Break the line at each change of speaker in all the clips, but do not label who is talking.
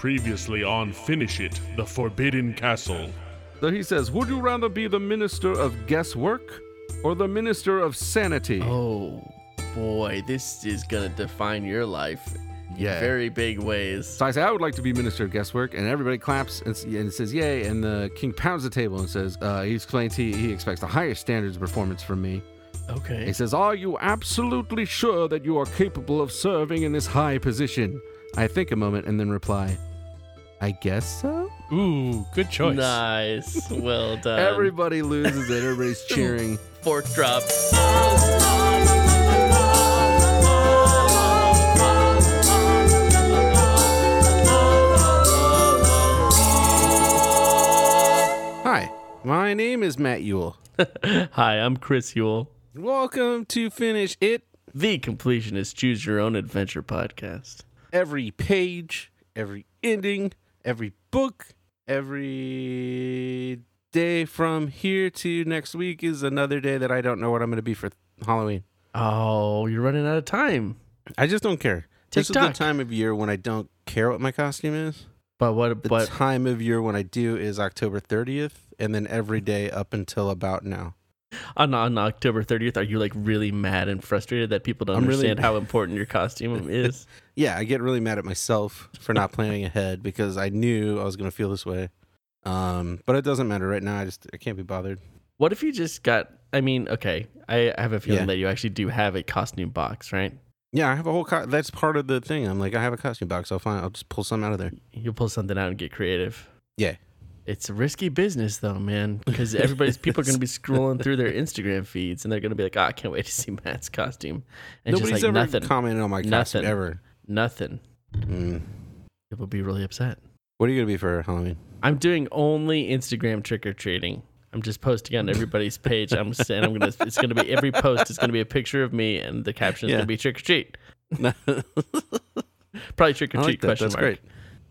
previously on Finish It, The Forbidden Castle.
So he says, Would you rather be the minister of guesswork or the minister of sanity?
Oh boy, this is gonna define your life in
Yeah.
very big ways.
So I say, I would like to be minister of guesswork, and everybody claps and, s- and says, "Yay!" And the king pounds the table and says, uh, "He explains he, he expects the highest standards of performance from me." He
Okay.
says, "Are you absolutely sure that you are capable of serving in this high position?" I think a moment and then reply, "I guess so."
Ooh, good choice.
Nice. Well done.
Everybody loses it. Everybody's cheering.
Fork drop.
Hi, my name is Matt Yule.
Hi, I'm Chris Yule,
Welcome to Finish It.
the completionist choose your own adventure podcast.
every page, every ending, every book, every day from here to next week is another day that I don't know what I'm going to be for Halloween.
Oh, you're running out of time.
I just don't care. This is the
TikTok.
time of year when I don't care what my costume is.
But what
The
but
time of year when I do is October 30th and then every day up until about now.
on, on October 30th, are you like really mad and frustrated that people don't
I'm really-
understand how important your costume is?
Yeah, I get really mad at myself for not planning ahead because I knew I was going to feel this way. Um, but it doesn't matter right now. I just I can't be bothered.
What if you just got? I mean, okay, I I have a feeling
Yeah.
that you actually do have a costume box, right?
Yeah, I have a whole. Co- that's part of the thing. I'm like, I have a costume box. I'll find. I'll just pull some out of there.
You'll pull something out and get creative.
Yeah.
It's a risky business though, man, because everybody's people are going to be scrolling through their Instagram feeds and they're going to be like, "Oh, I can't wait to see Matt's costume." And
Nobody's
just like
ever
nothing,
commented on my costume
Nothing.
ever.
nothing.
Mm.
People be really upset.
What are you gonna be for Halloween?
I'm doing only Instagram trick or treating. I'm just posting on everybody's page. I'm saying I'm gonna. It's gonna be every post. is gonna be a picture of me, and the caption is
Yeah.
gonna be trick or treat.
I
Probably trick or
like
treat
that.
question
That's
mark.
great.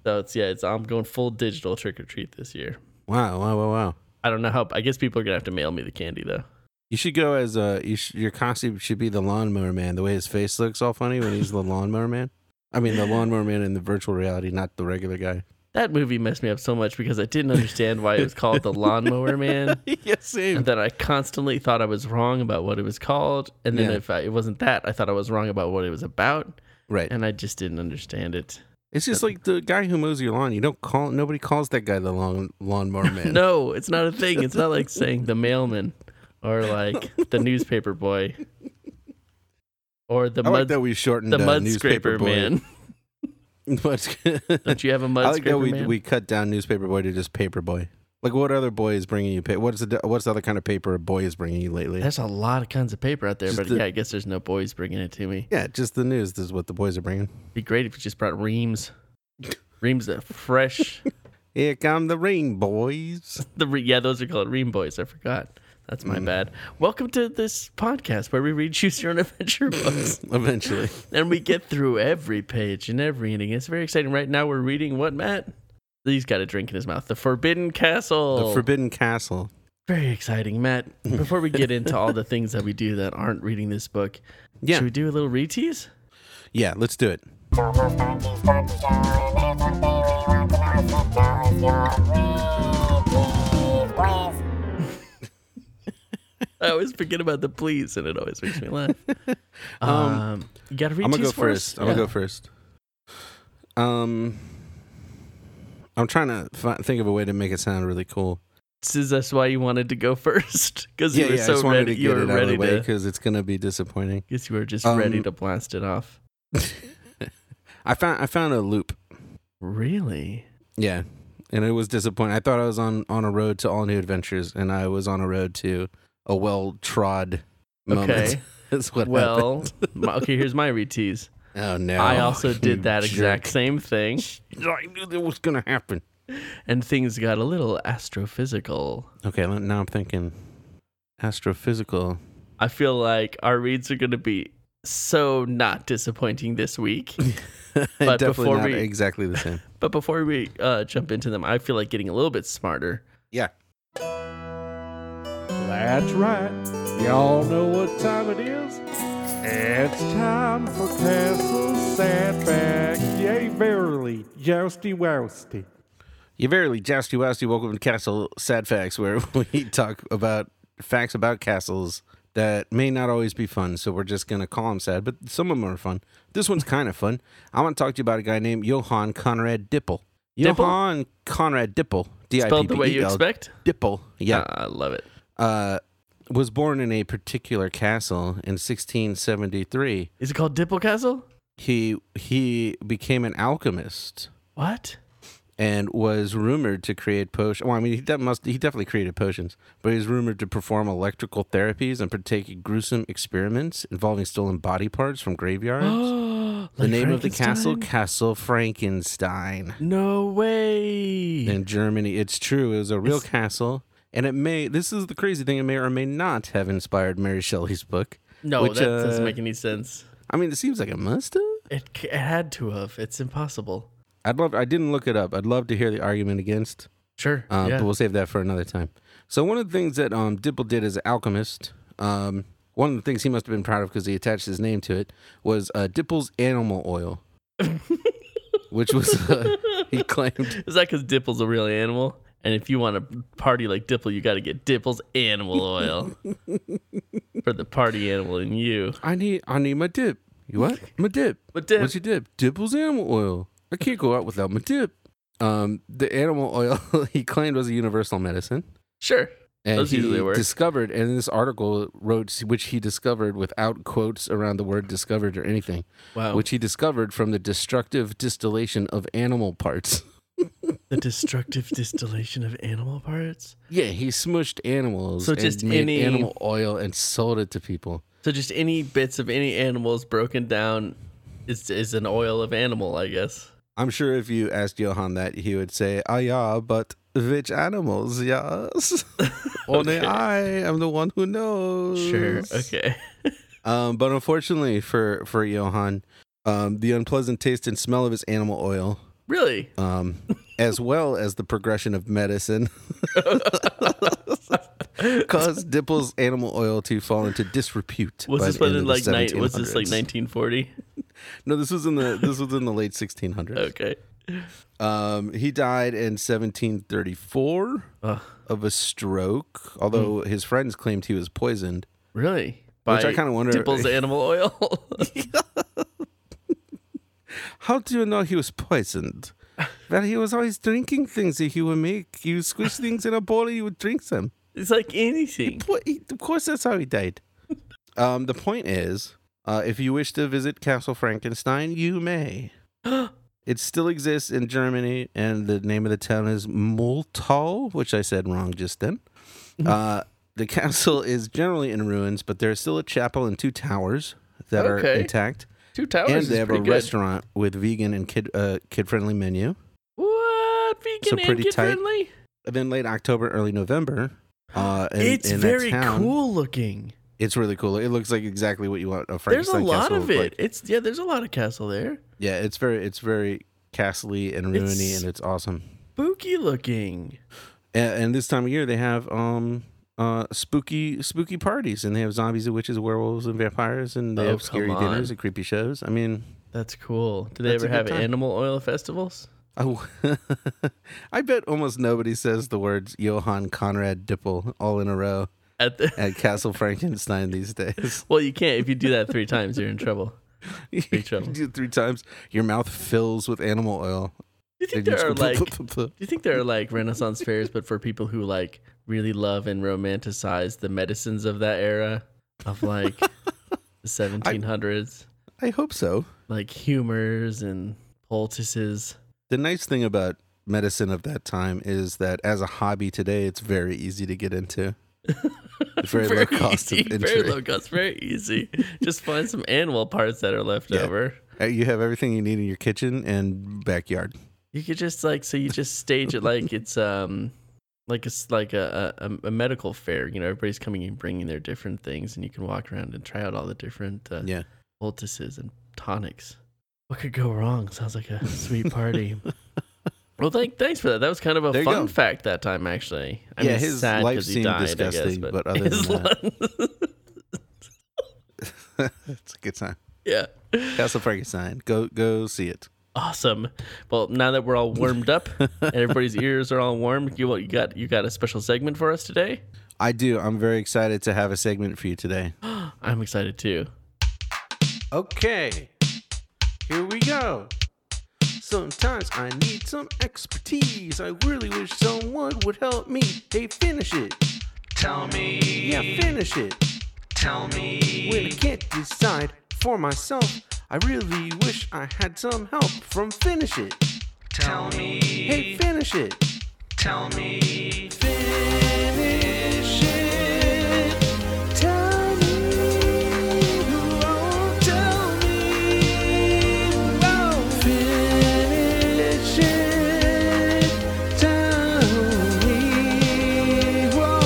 So it's yeah. It's I'm going full digital trick or treat this year.
Wow, wow, wow, wow.
I don't know how. I guess people are gonna have to mail me the candy though.
You should go as uh, you sh- your costume should be the lawnmower man. The way his face looks all funny when he's the lawnmower man. I mean, the lawnmower man in the virtual reality, not the regular guy.
That movie messed me up so much because I didn't understand why it was called The Lawnmower Man.
yes, same.
And then I constantly thought I was wrong about what it was called. And then
Yeah.
if I, it wasn't that, I thought I was wrong about what it was about.
right.
And I just didn't understand it.
It's just like the guy who mows your lawn. You don't call. Nobody calls that guy the lawn lawnmower man.
No, it's not a thing. It's not like saying the mailman or like the newspaper boy or the
I like
mud,
that we shortened
the
uh,
mud
newspaper
scraper
boy.
man.
But
Don't you have a mud
I like that
scraper
we,
man?
we cut down newspaper boy to just paper boy. Like what other boy is bringing you? Pa- what's the what's the other kind of paper a boy is bringing you lately?
There's a lot of kinds of paper out there,
Just
but
the-
yeah, I guess there's no boys bringing it to me.
yeah, just the news. This is what the boys are bringing.
It'd be great if you just brought reams. Reams of fresh
Here come the rain boys.
The re- yeah, those are called Ream Boys. I forgot. That's my
Mm.
bad. Welcome to this podcast where we read Choose Your Own Adventure books
Eventually,
and we get through every page and every ending. It's very exciting. Right now, we're reading what Matt? He's got a drink in his mouth. The Forbidden Castle.
the Forbidden Castle.
very exciting, Matt. Before we get into all the things that we do that aren't reading this book,
Yeah,
should we do a little retease?
yeah. Let's do it.
Please.
I always forget about the please, and it always makes me laugh. um, you got to retease
I'm gonna go
for us?
first. I'm gonna
Yeah.
go first. Um, I'm trying to fi- think of a way to make it sound really cool.
This is that's why you wanted to go first because
Yeah,
you were
yeah. I
so
just wanted
ready.
to
you
get it
were
out of
ready
the way
to.
because it's gonna be disappointing.
Guess you were just
Um,
ready to blast it off.
I found I found a loop.
Really?
Yeah. And it was disappointing. I thought I was on on a road to all new adventures and I was on a road to a well trod moment.
Okay.
That's what happened.
well, my, okay. Here's my retease.
Oh no.
I also did
You
that exact
jerk.
same thing,
I knew that was gonna happen.
and things got a little astrophysical.
Okay, let- now I'm thinking astrophysical.
I feel like our reads are going to be so not disappointing this week. But
Definitely
before
not
we-
exactly the same.
but before we uh, jump into them, I feel like getting a little bit smarter.
Yeah.
That's right. Y'all know what time it is?
It's time for Castle Sandbag. Yay, verily. Jousty wousty.
You verily jousty wousty welcome to Castle Sad Facts, where we talk about facts about castles that may not always be fun. So we're just gonna call them sad, but some of them are fun. This one's kind of fun. I want to talk to you about a guy named Johann Conrad Dippel.
Dippel?
Johann Conrad Dippel. D I P
Spelled the
P
way
E
you
L.
expect.
Dippel. Yeah.
Ah, I love it.
Uh, was born in a particular castle in 1673.
Is it called Dipple Castle?
He he became an alchemist.
What?
and was rumored to create potions. Well, I mean, he that must he definitely created potions, but he was rumored to perform electrical therapies and partake in gruesome experiments involving stolen body parts from graveyards. the
Like
name of the castle,
Frankenstein?
Castle Frankenstein,
No way.
in Germany. It's true; it was a real castle, and it may. This is the crazy thing; it may or may not have inspired Mary Shelley's book.
no,
which,
that
uh,
doesn't make any sense.
I mean, it seems like it must have.
It, c- it had to have. It's impossible.
I'd love. I didn't look it up. I'd love to hear the argument against.
Sure.
Um,
yeah.
But we'll save that for another time. So one of the things that um, Dipple did as an alchemist, um, one of the things he must have been proud of because he attached his name to it, was uh, Dipple's animal oil, which was uh, he claimed.
Is that because Dipple's a real animal? And if you want to party like Dipple, you got to get Dipple's animal oil for the party animal in you.
I need I need my dip. You what? My dip.
My dip.
What's your dip? Dipple's animal oil. I can't go out without my dip. Um, the animal oil he claimed was a universal medicine.
Sure.
And
Those
he
usually work.
discovered, and in this article wrote, which he discovered without quotes around the word discovered or anything.
Wow.
which he discovered from the destructive distillation of animal parts.
the destructive distillation of animal parts.
Yeah, he smushed animals
So
and
just
made
any-
animal oil and sold it to people.
So just any bits of any animals broken down is is an oil of animal, I guess.
I'm sure if you asked Johan that, he would say, "Ah, yeah, but which animals? Yes, only I am the one who knows."
Sure. Okay.
Um, but unfortunately for for Johan, um, the unpleasant taste and smell of his animal oil
Really?
um, as well as the progression of medicine, caused Dipple's animal oil to fall into disrepute.
Was
by
this
the
one
end
in
of
like
the
night? Was this like
1700s.
1940?
No, this was in the this was in the late 1600s.
Okay.
Um, he died in 1734
Ugh.
of a stroke. Although his friends claimed he was poisoned.
Really?
Which I kinda wonder-
Dipple's animal oil.
How do you know he was poisoned? Well, he was always drinking things that he would make. He would squish things in a bowl and he would drink them.
it's like anything.
Well, he- of course, that's how he died. um, the point is, uh, if you wish to visit Castle Frankenstein, you may. it still exists in Germany, and the name of the town is Multau, which I said wrong just then.
Mm-hmm.
Uh, the castle is generally in ruins, but there is still a chapel and two towers that are
Okay.
intact,
Two towers.
and
is
they have a
pretty good.
restaurant with vegan and kid uh, kid friendly menu.
What vegan
So
and
pretty
kid
tight.
friendly?
And then late October, early November. Uh, in-
it's
in a
very
town-
cool looking.
It's really cool. It looks like exactly what you want a
There's a
Frankenstein
lot
castle
of
to look
it.
like.
It's yeah. There's a lot of castle there.
Yeah, it's very it's very castly and
It's-
ruiny and it's awesome.
Spooky looking.
And, and this time of year they have um uh spooky spooky parties and they have zombies and witches, werewolves and vampires and they
Oh,
have scary
come
dinners
on.
and creepy shows. I mean,
That's cool. Do they
That's a
ever
good
have
time.
animal oil festivals?
I, w- I bet almost nobody says the words Johann Conrad Dippel all in a row
At the
at Castle Frankenstein these days.
well, you can't. If you do that three times, you're in trouble.
you
trouble.
do it three times, your mouth fills with animal oil.
Do you
And
think
you
there are
just-
like? Do you think there are like Renaissance fairs, but for people who like really love and romanticize the medicines of that era of like the 1700s,
I hope so.
like humors and poultices?
The nice thing about medicine of that time is that as a hobby today, it's very easy to get into. It's very, low cost
easy,
of
very
entry.
low cost, very easy. Just find some animal parts that are left
Yeah.
over.
Uh, You have everything you need in your kitchen and backyard.
You could just like so you just stage it like it's um like it's like a, a a medical fair. You know, everybody's coming and bringing their different things, and you can walk around and try out all the different uh,
Yeah.
poultices and tonics. What could go wrong? Sounds like a sweet party. well, thank thanks for that. That was kind of a
There you
fun
go.
fact that time, actually. I
Yeah,
mean,
his
sad
life
'cause he
seemed
died, I guess,
disgusting, but other
his
than
li-
it's a good time.
Yeah.
Castle Frankenstein. Go go see it.
Awesome. Well, now that we're all warmed up, everybody's ears are all warm. You you got you got a special segment for us today.
I do. I'm very excited to have a segment for you today.
I'm excited too.
Okay, here we go. Sometimes I need some expertise. I really wish someone would help me. Hey, finish it. Tell me. Yeah, finish it. Tell me. When I can't decide for myself, I really wish I had some help from Finish It. Tell me. Hey, finish it. Tell me. Finish it. Tell me. Oh, tell me. Oh, finish it. Tell me. Whoa,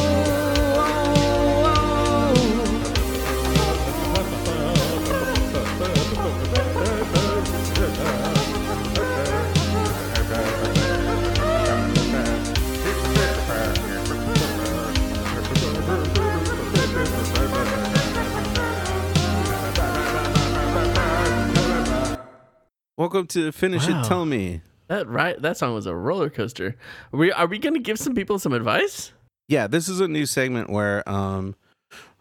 oh, oh. Welcome to Finish
Wow.
It Tell Me.
That right that song was a roller coaster. Are we are we gonna give some people some advice?
Yeah, this is a new segment where um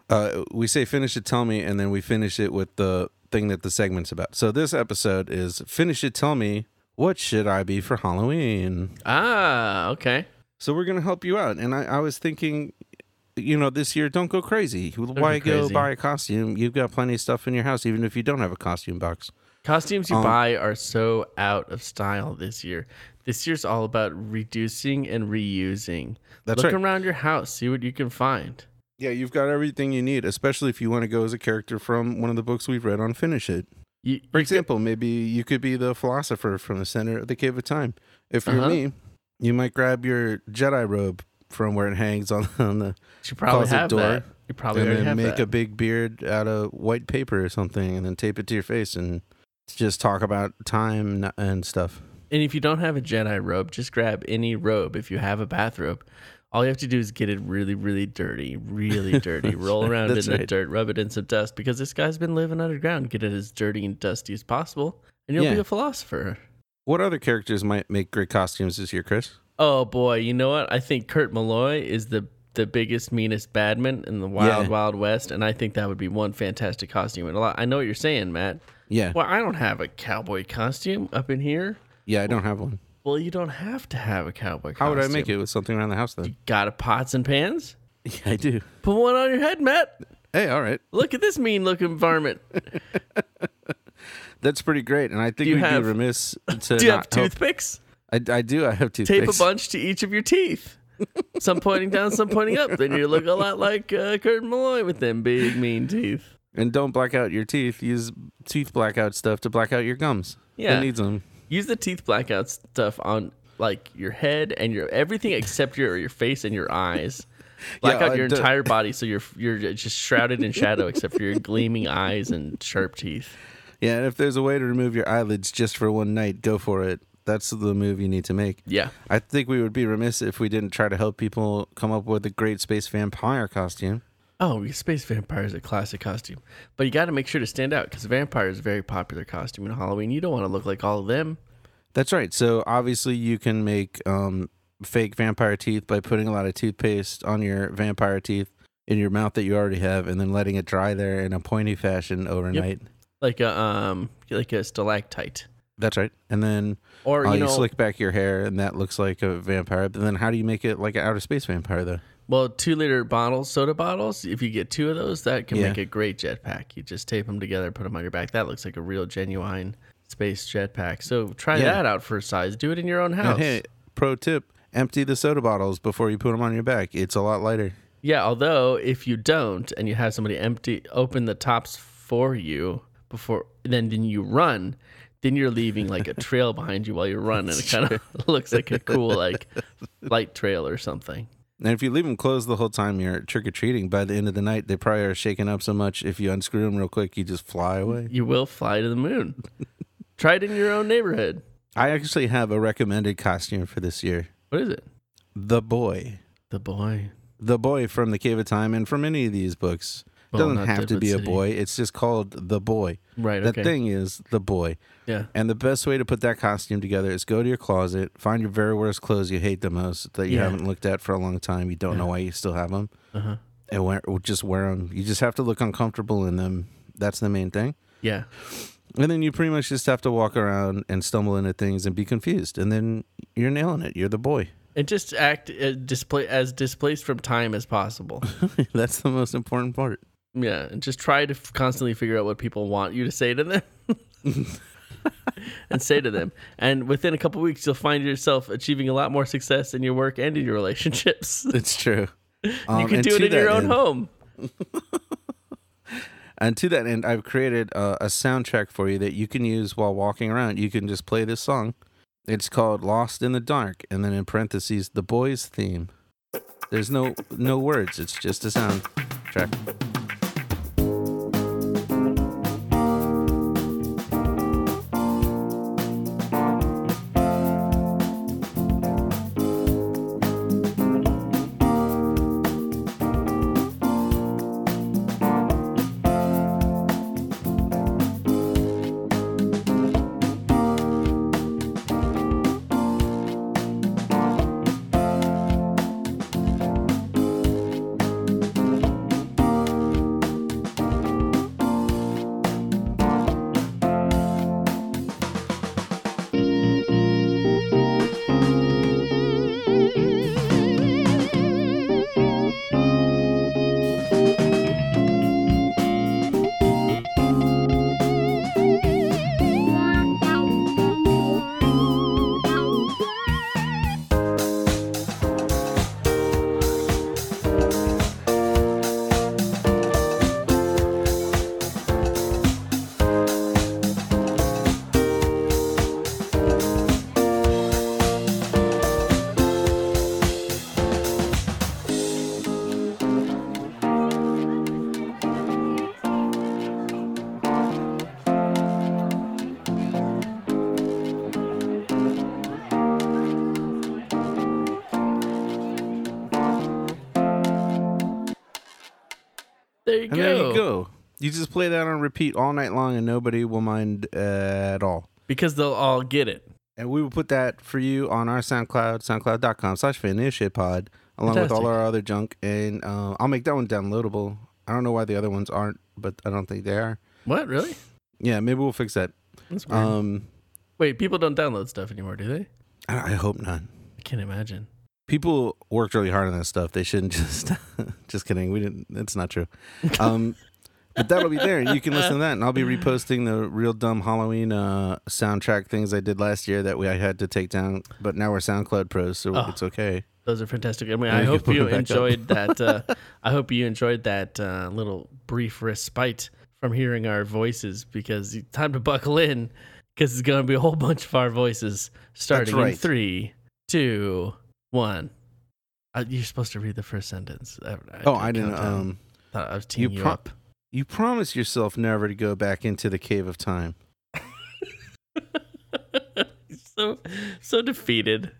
uh we say finish it tell me and then we finish it with the thing that the segment's about. So this episode is finish it tell me what should I be for Halloween?
Ah, okay.
So we're gonna help you out. And I, I was thinking, you know, this year don't go crazy. Why go
crazy.
buy a costume? You've got plenty of stuff in your house, even if you don't have a costume box.
Costumes you
Um,
buy are so out of style this year. This year's all about reducing and reusing.
That's
Look
right.
around your house, see what you can find.
Yeah, you've got everything you need, especially if you want to go as a character from one of the books we've read on Finish It.
You,
For
you could-
example, maybe you could be the philosopher from the center of the Cave of Time. If you're
Uh-huh.
me, you might grab your Jedi robe from where it hangs on, on the
you probably
closet
have
door,
that. You probably
and
already
then
have
make
that.
a big beard out of white paper or something, and then tape it to your face and just talk about time n- and stuff.
And if you don't have a Jedi robe, just grab any robe. If you have a bathrobe, all you have to do is get it really, really dirty, really dirty. Roll
right.
around in
That's
the
right.
dirt, rub it in some dust because this guy's been living underground. Get it as dirty and dusty as possible, and you'll be
Yeah.
a philosopher.
What other characters might make great costumes this year, Chris?
Oh boy, you know what? I think Kurt Malloy is the the biggest, meanest badman in the wild,
Yeah.
wild west, and I think that would be one fantastic costume. And a lot, I know what you're saying, Matt.
Yeah,
Well, I don't have a cowboy costume up in here.
yeah, I don't have one.
Well, you don't have to have a cowboy.
How would I
costume.
make it with something around the house then?
Got a pots and pans?
Yeah, I do.
Put one on your head, Matt.
Hey, all right,
Look at this mean looking varmint.
that's pretty great, and I think
you
we'd
have-
be remiss to
Do you have
not help-
toothpicks?
I, I do. I have
Tape
toothpicks.
a bunch to each of your teeth. Some pointing down, some pointing up. Then you look a lot like uh, Kurt Malloy with them big, mean teeth.
And don't black out your teeth. Use teeth blackout stuff to black out your gums.
Yeah.
Who needs them?
Use the teeth blackout stuff on like your head and your everything except your your face and your eyes. Black
Yeah,
out
I
your
don't-
entire body so you're you're just shrouded in shadow except for your gleaming eyes and sharp teeth.
Yeah, and if there's a way to remove your eyelids just for one night, go for it. That's the move you need to make.
Yeah.
I think we would be remiss if we didn't try to help people come up with a great space vampire costume.
Oh, your space vampire is a classic costume, but you got to make sure to stand out because vampire is a very popular costume in Halloween. You don't want to look like all of them.
That's right. So obviously you can make um, fake vampire teeth by putting a lot of toothpaste on your vampire teeth in your mouth that you already have, and then letting it dry there in a pointy fashion overnight.
Like a um, like a stalactite,
That's right. And then
or
Oh,
you
you,
know,
slick back your hair, and that looks like a vampire. But then, how do you make it like an outer space vampire, though?
well, two liter bottles, soda bottles. If you get two of those, that can
Yeah.
make a great jetpack. You just tape them together, put them on your back. That looks like a real genuine space jetpack. So try
Yeah.
that out for size. Do it in your own
And
house.
hey, pro tip: empty the soda bottles before you put them on your back. It's a lot lighter.
Yeah, although if you don't and you have somebody empty open the tops for you before then then you run, then you're leaving like a trail behind you while you run and it kind of looks like a cool like light trail or something.
And if you leave them closed the whole time you're trick or treating, by the end of the night they probably are shaken up so much. If you unscrew them real quick, you just fly away.
You will fly to the moon. Try it in your own neighborhood.
I actually have a recommended costume for this year:
What is it?
the boy,
The boy.
the boy from the Cave of Time, and from any of these books.
Well,
Doesn't
not
have to
Deadwood
be a
City.
boy. It's just called the boy.
Right.
The
okay.
thing is the boy.
Yeah.
And the best way to put that costume together is go to your closet, find your very worst clothes you hate the most that you
Yeah.
haven't looked at for a long time. You don't know why you still have them,
Uh-huh.
and wear, just wear them. You just have to look uncomfortable in them. That's the main thing.
Yeah.
And then you pretty much just have to walk around and stumble into things and be confused. And then you're nailing it. You're the boy.
And just act uh, display as displaced from time as possible.
That's the most important part.
Yeah, and just try to f- constantly figure out what people want you to say to them. and say to them. And within a couple weeks you'll find yourself achieving a lot more success in your work and in your relationships.
It's true.
you
Um,
can
and
do it
to
in your
that
own
end-
home.
And to that end, I've created a, a soundtrack for you that you can use while walking around. You can just play this song. It's called "Lost in the Dark," and then in parentheses, the boys' theme. There's no no words. It's just a sound track.
There you
And
go.
there you go. You just play that on repeat all night long, and nobody will mind uh, at all.
Because they'll all get it.
And we will put that for you on our SoundCloud, soundcloud.com slash fanishitpod, along with all
Fantastic.
our other junk. And uh, I'll make that one downloadable. I don't know why the other ones aren't, but I don't think they are.
What, really?
Yeah, maybe we'll fix that.
That's weird.
Um,
Wait, people don't download stuff anymore, do they?
I, I hope not.
I can't imagine.
People worked really hard on this stuff. They shouldn't just, just kidding. We didn't, that's not true. Um, but that'll be there. You can listen to that. And I'll be reposting the real dumb Halloween uh, soundtrack things I did last year that we I had to take down. But now we're SoundCloud pros, so
Oh.
it's okay.
Those are fantastic. I mean,
Yeah,
I
you can
hope
put
you
them back up.
enjoyed that. Uh, I hope you enjoyed that uh, little brief respite from hearing our voices because it's time to buckle in because it's going to be a whole bunch of our voices starting in
right.
three, two, one. Uh, you're supposed to read the first sentence. I,
Oh, I didn't.
countdown.
Um,
Thought I was teeing you,
you pro-
up.
You promise yourself never to go back into the cave of time.
so, so defeated.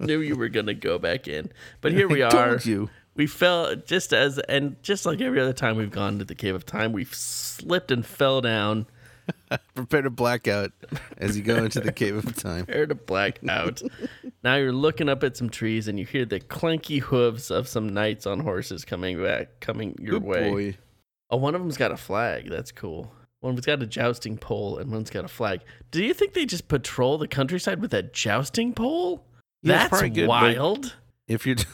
Knew you were going to go back in, but here we
I
are.
Told you.
we fell just as and just like every other time we've gone to the cave of time we've slipped and fell down
Prepare to blackout as you go into the cave of time.
prepared to black out now you're looking up at some trees and you hear the clanky hooves of some knights on horses coming back coming your
Good
way
boy.
oh one of them's got a flag that's cool one's got a jousting pole and one's got a flag do you think they just patrol the countryside with that jousting pole
Yeah, it's
that's
probably good, but-
wild
If you're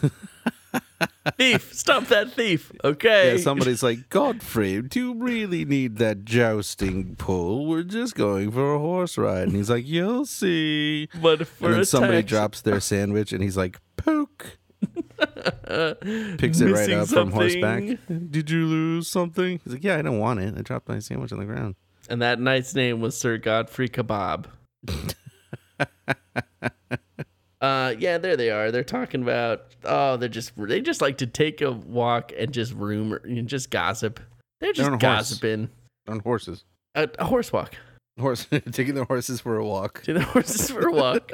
thief stop that thief okay
yeah, somebody's like Godfrey, do you really need that jousting pole? We're just going for a horse ride, and he's like, "You'll see."
but for
and
a
then somebody
tax-
drops their sandwich, and he's like, "Poke." Picks it right
Missing
up from horseback. Did you lose something? He's like, "Yeah, I don't want it. I dropped my sandwich on the ground."
And that knight's name was Sir Godfrey Kebab. uh, yeah, there they are. They're talking about oh, they're just they just like to take a walk and just rumor and just gossip. They're just
on a horse.
gossiping.
On horses.
A, a horse walk.
horse taking the horses for a walk.
to the horses for a walk,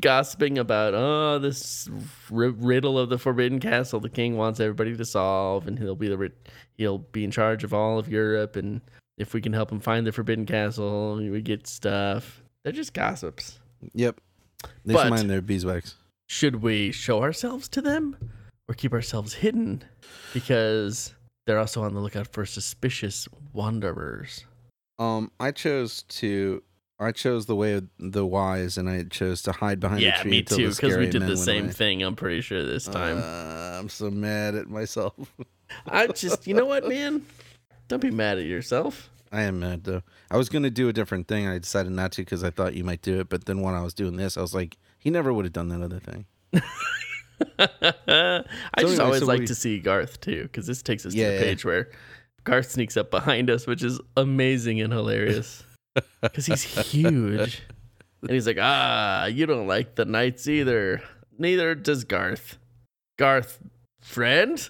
gossiping about oh this r- riddle of the forbidden castle the king wants everybody to solve, and he'll be the ri- he'll be in charge of all of Europe, and if we can help him find the forbidden castle, we get stuff. They're just gossips.
Yep. They
But-
should mind their beeswax.
Should we show ourselves to them, or keep ourselves hidden, because they're also on the lookout for suspicious wanderers?
Um, I chose to. I chose the way of the wise, and I chose to hide behind a
yeah,
tree
me
until
too,
the
because we
scary
did
men
the
went
same
away.
thing. I'm pretty sure this time.
Uh, I'm so mad at myself.
I just, you know what, man? Don't be mad at yourself.
I am mad though. I was gonna do a different thing. I decided not to because I thought you might do it. But then when I was doing this, I was like, he never would have done that other thing.
I just
anyway,
always
so
like
we-
to see Garth too, because this takes us
Yeah,
to the
yeah.
page where Garth sneaks up behind us, which is amazing and hilarious because he's huge. And he's like, ah, you don't like the knights either. Neither does Garth. Garth, friend?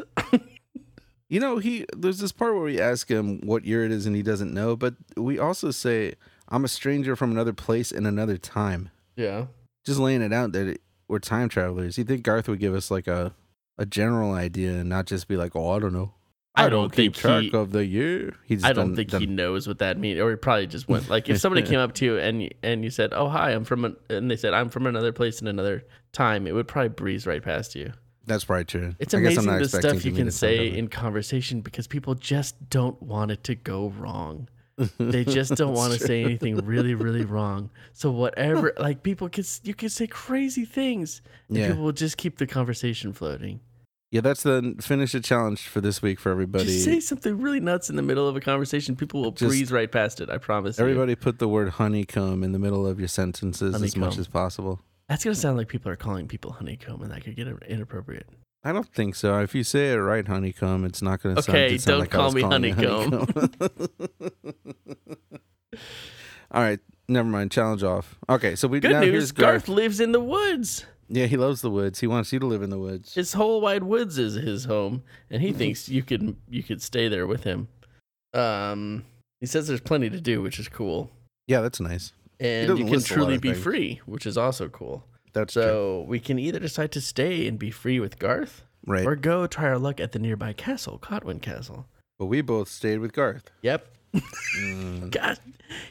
You know, he there's this part where we ask him what year it is, and he doesn't know. But we also say, "I'm a stranger from another place and another time."
yeah.
Just laying it out that it, we're time travelers. You think Garth would give us like a a general idea and not just be like, "Oh, I don't know."
I don't
keep
think
track
he-
of the year. He just
I don't
done-
think
done-
he knows what that means, or he probably just went like if somebody came up to you and and you said, "Oh hi, I'm from," an, and they said, "I'm from another place in another time," it would probably breeze right past you.
That's probably true.
It's
I guess I'm
amazing
not
the
expecting
stuff
to
you
meet
can
him
say
sometime.
in conversation because people just don't want it to go wrong. They just don't want to say anything really, really wrong. So whatever, like people can s- you can say crazy things, and
Yeah.
people will just keep the conversation floating.
Yeah, that's the finish the challenge for this week for everybody.
Just say something really nuts in the middle of a conversation. People will
Just-
breeze right past it. I promise. you.
Everybody put the word honeycomb in the middle of your sentences as much
Honeycomb.
as possible.
That's gonna sound like people are calling people honeycomb, and that could get inappropriate.
I don't think so. If you say it right, honeycomb, it's not going to sound.
Okay,
it sound
don't
like I
call
was
me
calling you
honeycomb.
honeycomb. All right, never mind. Challenge off. Okay, so we
Good
now
news:
here's
Garth lives in the woods.
Yeah, he loves the woods. He wants you to live in the woods.
His whole wide woods is his home, and
Mm-hmm.
he thinks you could you could stay there with him. Um, he says there's plenty to do, which is cool,
yeah, that's nice.
and
doesn't
you can
list a lot
truly
of
be
things.
free, which is also cool.
That's true.
So we can either decide to stay and be free with Garth,
right.
or go try our luck at the nearby castle, Codwin Castle.
But we both stayed with Garth.
Yep. God,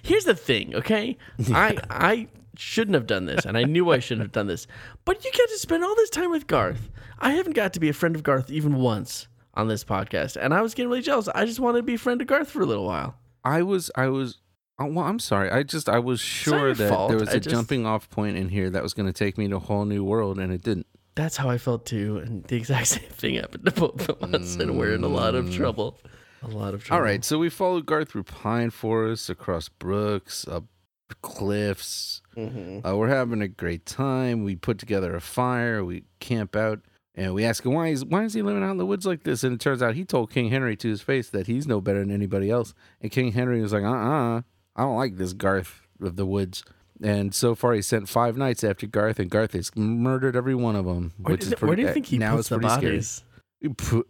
here's the thing, okay? I I shouldn't have done this, and I knew I shouldn't have done this. But you get to spend all this time with Garth. I haven't got to be a friend of Garth even once on this podcast, and I was getting really jealous. I just wanted to be a friend of Garth for a little while.
I was, I was. Oh, well, I'm sorry. I just, I was
not
sure
your
that
fault.
there was
I
a
just-
jumping off point in here that was going to take me to a whole new world, and it didn't.
That's how I felt too, and the exact same thing happened to both of us, and we're in a lot of trouble. A lot of trouble.
Mm. All right, so we followed Garth through pine forests, across brooks, up cliffs. Uh, we're having a great time. We put together a fire. We camp out, and we ask him why he's why is he living out in the woods like this? And it turns out he told King Henry to his face that he's no better than anybody else. And King Henry was like, "Uh, uh I don't like this Garth of the woods." And so far, he sent five knights after Garth, and Garth has murdered every one of them.
Where,
which
does
is
it- where
pretty-
do you
uh,
think he
now
puts
it's
the
pretty scary.
bodies?
He pu-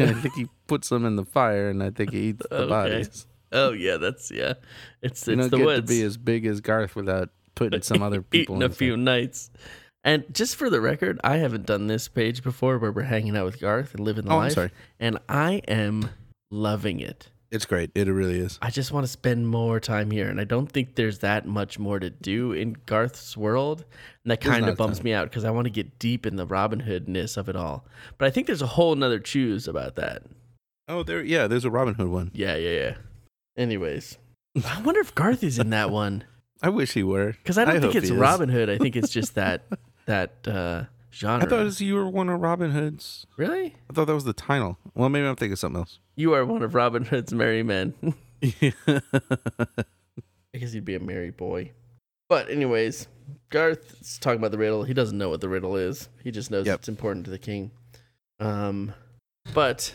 I think he puts them in the fire, and I think he eats the
Okay.
bodies.
Oh yeah, that's yeah. It's it's
you don't
the
get
woods.
to be as big as Garth without putting some other people.
eaten
in
a
the
few nights. And just for the record, I haven't done this page before where we're hanging out with Garth and living the
Oh, I'm
life.
sorry.
And I am loving it.
fire. It's great. It really is.
I just want to spend more time here, and I don't think there's that much more to do in Garth's world, and that
There's
kind
not
of
a
bums
ton.
me out because I want to get deep in the Robin Hood ness of it all. But I think there's a whole nother choose about that.
Oh, there. Yeah, there's a Robin Hood one.
Yeah, yeah, yeah. Anyways, I wonder if Garth is in that one.
I wish he were.
Because I don't think
hope
it's
he is.
Robin Hood. I think it's just that that uh, genre.
I thought it was, you were one of Robin Hood's.
really?
I thought that was the title. Well, maybe I'm thinking of something else.
You are one of Robin Hood's merry men. I guess he'd be a merry boy. But anyways, Garth's talking about the riddle. He doesn't know what the riddle is. He just knows
Yep.
it's important to the king. Um, but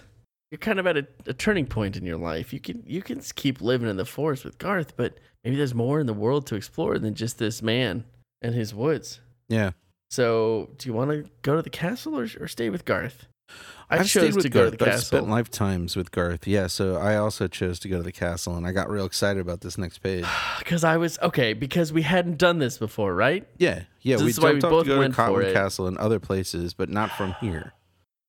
you're kind of at a, a turning point in your life. You can you can s- keep living in the forest with Garth, but maybe there's more in the world to explore than just this man and his woods.
yeah.
So, do you want to go to the castle or, or stay with Garth? I
I've stayed
chose
with
to go to
Garth.
the
I've spent
castle.
lifetimes with Garth. Yeah, so I also chose to go to the castle, and I got real excited about this next page.
Because I was okay, because we hadn't done this before, right?
Yeah, yeah.
This
we
is why we
jumped off
both
to go
went
to
for
Cotton
it.
Castle and other places, but not from here.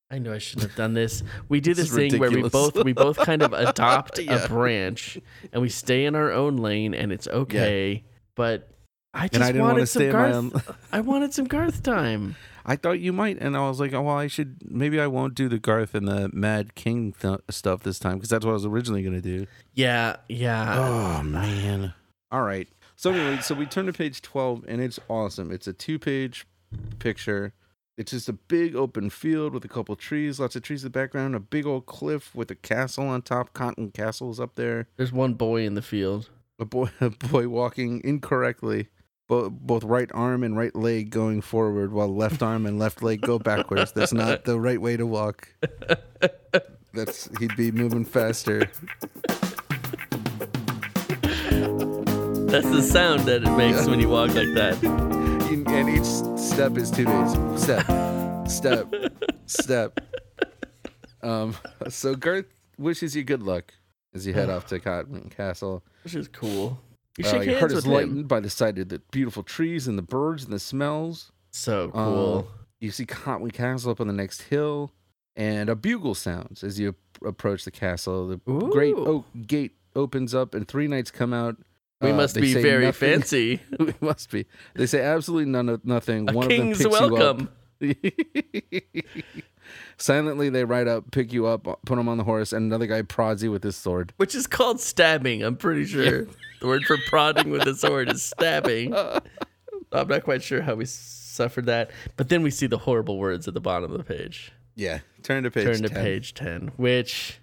I knew I shouldn't have done this. We do
This
this,
is
thing where
ridiculous.
we both we both kind of adopt
Yeah.
a branch and we stay in our own lane and it's okay. But I just
And I didn't wanna
wanted some
stay in my
Garth. I wanted some Garth time.
I thought you might, and I was like, oh, well, I should. Maybe I won't do the Garth and the Mad King th- stuff this time because that's what I was originally gonna do.
Yeah, yeah.
Oh man. All right. So anyway, so we turn to page twelve, and it's awesome. It's a two-page picture. It's just a big open field with a couple trees, lots of trees in the background, a big old cliff with a castle on top. Cotton Castle is up there.
There's one boy in the field.
A boy, a boy walking incorrectly, both both right arm and right leg going forward, while left arm and left leg go backwards. That's not the right way to walk. That's he'd be moving faster.
That's the sound that it makes when you walk like that.
In- and each step is two days. Step, step, step. Um, so Garth wishes you good luck as you head off to Cotton Castle.
Which is cool. You
Uh,
shake
your
hands
heart
with
is
him.
lightened by the sight of the beautiful trees and the birds and the smells.
So
Uh,
cool.
you see Cotton Castle up on the next hill, and a bugle sounds as you ap- approach the castle. The great
Ooh.
oak gate opens up, and three knights come out.
we
Uh,
must
they
be
say
very
nothing-
fancy.
we must be. They say absolutely none of nothing.
A
One
king's
of them picks you up.
welcome.
Silently, they ride up, pick you up, put him on the horse, and another guy prods you with his sword.
which is called stabbing. I'm pretty sure the word for prodding with a sword is stabbing. I'm not quite sure how we suffered that, but then we see the horrible words at the bottom of the page.
Yeah, turn to page.
Turn to
10.
page ten, which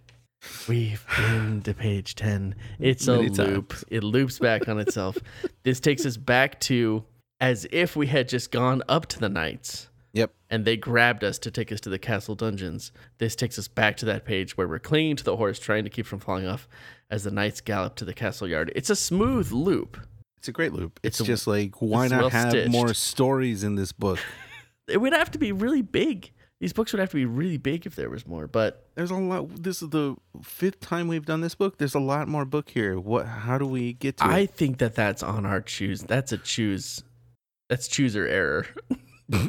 we've been to page ten. It's a
Many
loop. It loops back on itself. this takes us back to as if we had just gone up to the knights
Yep.
and they grabbed us to take us to the castle dungeons. This takes us back to that page where we're clinging to the horse, trying to keep from falling off as the knights gallop to the castle yard. It's a smooth loop.
It's a great loop. It's,
It's a-
just like why
it's
not
well
have
stitched.
more stories in this book?
It would have to be really big. These books would have to be really big if there was more, but
There's a lot. This is the fifth time we've done this book. There's a lot more book here. What? How do we get to
I
it?
think that that's on our choose. That's a choose. That's chooser error.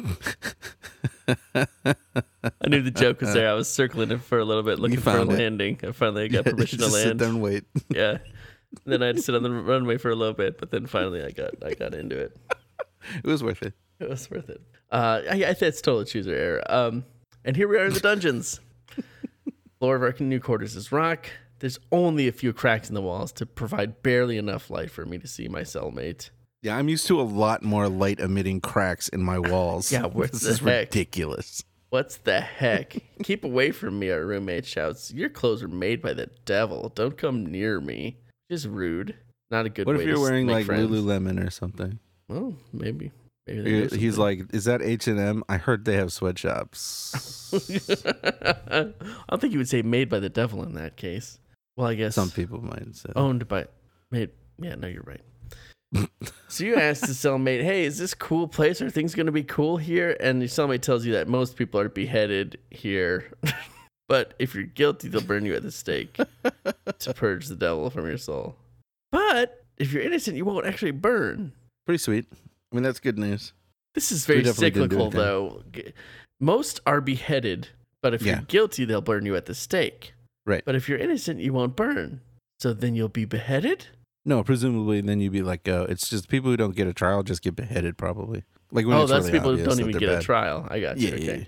I knew the joke was there. I was circling it for a little bit, looking for a
found it.
landing. I finally got permission to
just sit
land.
there and wait.
yeah. Then I had to sit on the runway for a little bit, but then finally I got I got into it.
It was worth it.
It was worth it. Uh, I, I think it's total chooser error. Um, and here we are in the dungeons. Floor of our new quarters is rock. There's only a few cracks in the walls to provide barely enough light for me to see my cellmate.
Yeah, I'm used to a lot more light emitting cracks in my walls.
Yeah, what
this
the
is
heck?
ridiculous.
What's the heck? Keep away from me, our roommate shouts. Your clothes are made by the devil. Don't come near me. Just rude. Not a good
What
way
if you're
to s-
wearing
make
like
friends.
Lululemon or something?
Well, maybe. maybe they
You're-
do
He's
something.
like, is that H and M? I heard they have sweatshops.
I don't think you would say made by the devil in that case. Well, I guess
Some people might say.
owned by made. Yeah, no, you're right. so you ask the cellmate, "Hey, is this cool place? Are things going to be cool here?" And the cellmate tells you that most people are beheaded here, but if you're guilty, they'll burn you at the stake to purge the devil from your soul. But if you're innocent, you won't actually burn.
Pretty sweet. I mean, that's good news.
This is
We
very
definitely didn't do anything.
cyclical, though. G- Most are beheaded, but if
Yeah.
you're guilty, they'll burn you at the stake.
Right.
But if you're innocent, you won't burn. So then you'll be beheaded?
No, presumably then you'd be like, go. It's just people who don't get a trial just get beheaded, probably. Like when
oh,
it's
that's
really
people who
obvious
don't
that
even
they're
get a
bad.
trial. I got you.
Yeah,
okay.
yeah, yeah.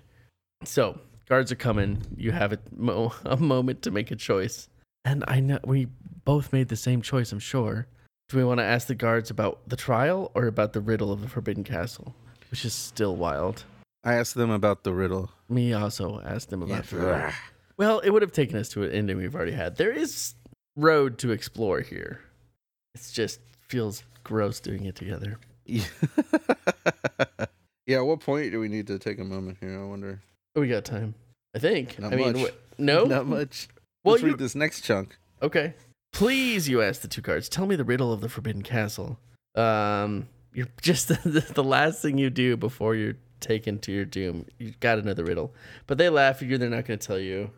So guards are coming. You have a, mo- a moment to make a choice, and I know we both made the same choice. I'm sure. Do we want to ask the guards about the trial or about the riddle of the Forbidden Castle, which is still wild?
I asked them about the riddle.
Me also asked them about the riddle.
Ugh.
Well, it would have taken us to an ending we've already had. There is road to explore here. It's just feels gross doing it together.
Yeah. yeah. At what point do we need to take a moment here? I wonder.
Oh, we got time. I think.
Not
I mean,
much.
wh- no,
Not much.
Well,
Let's
you,
read this next chunk.
Okay. Please, you asked the two guards, tell me the riddle of the Forbidden Castle. Um, you're just the, the last thing you do before your taken to your doom. You got another riddle. But they laugh at you. They're not going to tell you.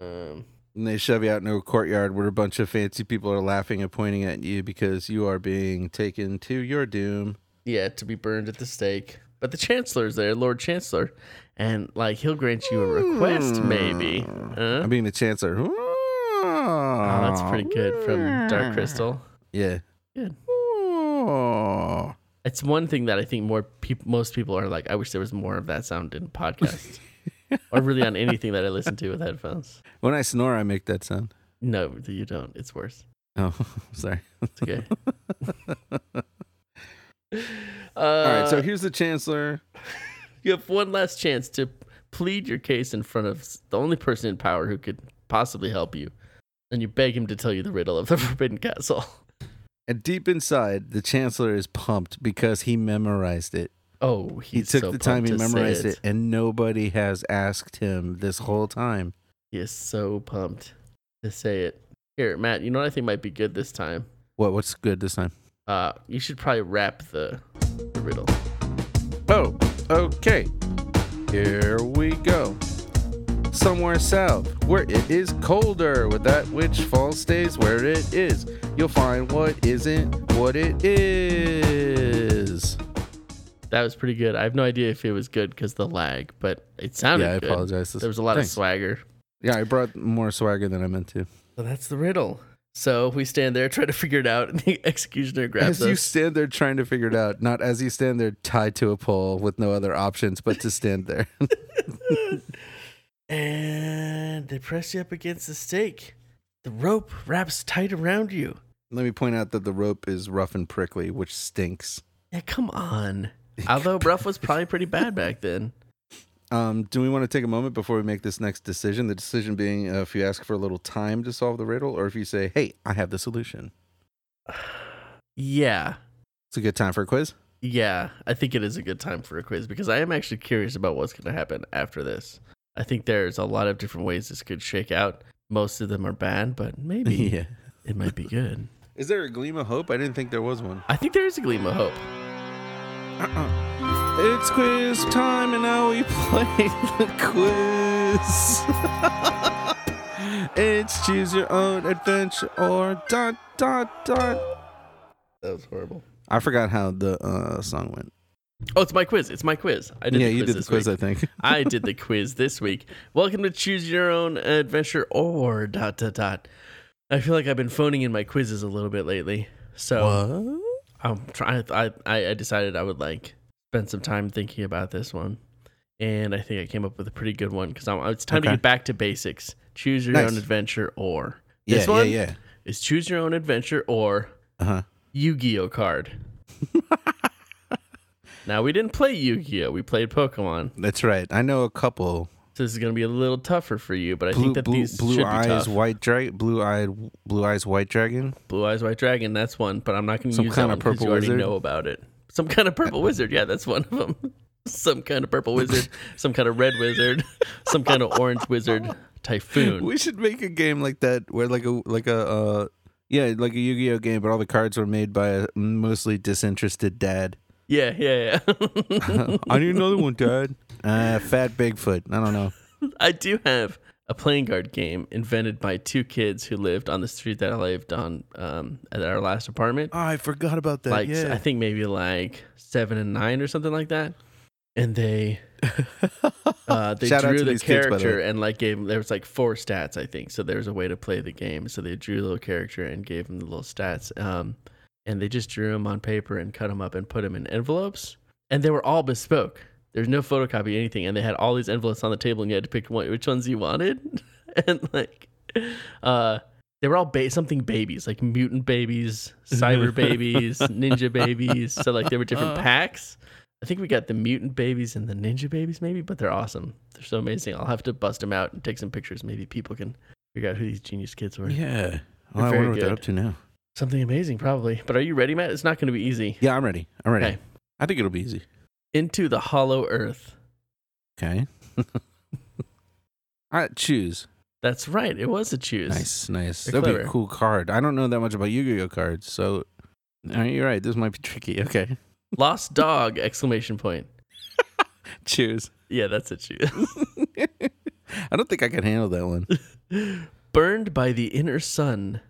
Um,
And they shove you out into a courtyard where a bunch of fancy people are laughing and pointing at you because you are being taken to your doom.
yeah, to be burned at the stake. But the chancellor's there, Lord Chancellor, and like he'll grant you a request, maybe. Huh?
Hmm. I mean, uh, the chancellor.
Oh, that's pretty good from Dark Crystal.
Yeah.
Good.
Oh.
It's one thing that I think more peop most people are like. I wish there was more of that sound in podcasts, or really on anything that I listen to with headphones.
When I snore, I make that sound.
No, you don't. It's worse.
Oh, sorry.
It's okay. uh,
All right. So here's the chancellor.
you have one last chance to plead your case in front of s- the only person in power who could possibly help you, and you beg him to tell you the riddle of the Forbidden Castle.
And deep inside, the chancellor is pumped because he memorized it.
Oh, he's
He took
so
the time,
pumped
he
to say
memorized
it.
it, and nobody has asked him this whole time.
He is so pumped to say it. Here, Matt, you know what I think might be good this time?
What? What's good this time?
Uh, you should probably wrap the, the riddle.
Oh, okay. Here we go. Somewhere south, where it is colder, where that which falls stays where it is. You'll find what isn't what it is.
That was pretty good. I have no idea if it was good because the lag, but it sounded
Yeah, I
good.
apologize.
There was a lot
Thanks.
of swagger.
Yeah, I brought more swagger than I meant to.
So that's the riddle. So we stand there, try to figure it out, and the executioner grabs
As you
us.
stand there trying to figure it out, not as you stand there tied to a pole with no other options but to stand there.
and they press you up against the stake. The rope wraps tight around you.
Let me point out that the rope is rough and prickly, which stinks.
Yeah, come on. Although Ruff was probably pretty bad back then.
Um, do we want to take a moment before we make this next decision? The decision being uh, if you ask for a little time to solve the riddle or if you say, hey, I have the solution.
Yeah.
It's a good time for a quiz.
Yeah, I think it is a good time for a quiz because I am actually curious about what's going to happen after this. I think there's a lot of different ways this could shake out. Most of them are bad, but maybe it might be good.
Is there a gleam of hope? I didn't think there was one.
I think there is a gleam of hope.
Uh-uh. It's quiz time, and now we play the quiz. it's choose your own adventure or dot dot dot.
That was horrible.
I forgot how the uh, song went.
Oh, it's my quiz. It's my quiz. I did
yeah,
the
you
quiz
did the
this
quiz,
Week.
I think.
I did the quiz this week. Welcome to Choose Your Own Adventure or dot dot dot. I feel like I've been phoning in my quizzes a little bit lately. So
What?
I'm trying. I I I decided I would like spend some time thinking about this one, and I think I came up with a pretty good one because it's time to
Okay.
get back to basics. Choose your
Nice.
own adventure, or
Yeah,
this one
yeah, yeah.
is choose your own adventure or
Uh huh.
Yu-Gi-Oh card. now we didn't play Yu-Gi-Oh, we played Pokemon,
That's right. I know a couple.
so this is gonna be a little tougher for you. But I
Blue,
think that
blue,
these
blue
should
eyes,
be tough.
white dragon. Blue eyed, blue eyes, white dragon.
Blue Eyes White Dragon, that's one, but I'm not going to
Some
use
kind
that
of
one 'cause
purple
you already
wizard?
know about it. Some kind of purple wizard, yeah, that's one of them. Some kind of purple wizard, some kind of red wizard, some kind of orange wizard, typhoon.
We should make a game like that where like a like a uh yeah, like a Yu-Gi-Oh game, but all the cards were made by a mostly disinterested dad.
yeah, yeah, yeah.
I need another one, Dad. Uh, fat Bigfoot. I don't know.
I do have a playing card game invented by two kids who lived on the street that I lived on um, at our last apartment.
Oh, I forgot about that.
like I
yeah.
think maybe like seven and nine or something like that. And they uh, they
Shout out
drew
to
the
these kids, by the
character
way.
and like gave him there was like four stats I think. So there was a way to play the game. So they drew a little character and gave him the little stats. Um, and they just drew him on paper and cut him up and put him in envelopes. And they were all bespoke. There's no photocopy anything. And they had all these envelopes on the table and you had to pick one, which ones you wanted. and like uh they were all ba- something babies like mutant babies cyber babies ninja babies so like there were different
Uh-huh.
packs i think we got the mutant babies and the ninja babies maybe but they're awesome they're so amazing i'll have to bust them out and take some pictures maybe people can figure out who these genius kids were
yeah. Oh, I
very
wonder what they're
good.
up to now.
something amazing probably but are you ready matt it's not going to be easy
Yeah, I'm ready. I'm ready.
Okay.
I think it'll be easy.
into the hollow earth
Okay. I choose.
that's right it was a choose
Nice, nice.
They're
That'd be a
clever.
cool card. I don't know that much about Yu-Gi-Oh cards, so uh, no, you're right. This might be tricky. Okay.
lost dog exclamation point
Cheers.
Yeah, that's it. She
I don't think I can handle that one.
burned by the inner sun.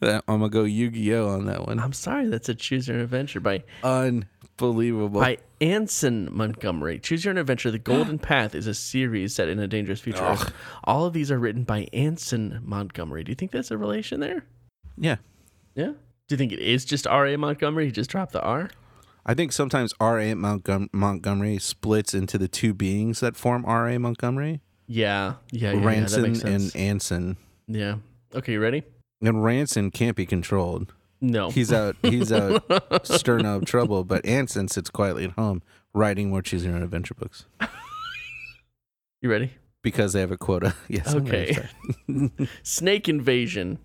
That- I'm gonna go Yu-Gi-Oh on that one.
I'm sorry, that's a choose your own adventure by
Unbelievable.
by Anson Montgomery. Choose Your Own Adventure: The Golden Path is a series set in a dangerous future.
Ugh.
All of these are written by Anson Montgomery. Do you think that's a relation there?
yeah,
Yeah. Do you think it is just R. A. Montgomery? He just dropped the R.
I think sometimes R.A. Montgom- Montgomery splits into the two beings that form R.A. Montgomery,
Yeah. Yeah. yeah, yeah that
Ranson
makes sense.
and Anson.
yeah. Okay. You ready?
And Ranson can't be controlled.
No.
He's out. He's out stirring up trouble. But Anson sits quietly at home writing more choosing your own adventure books
you ready?
because they have a quota. Yes. I'm gonna
Okay.
start.
Snake Invasion.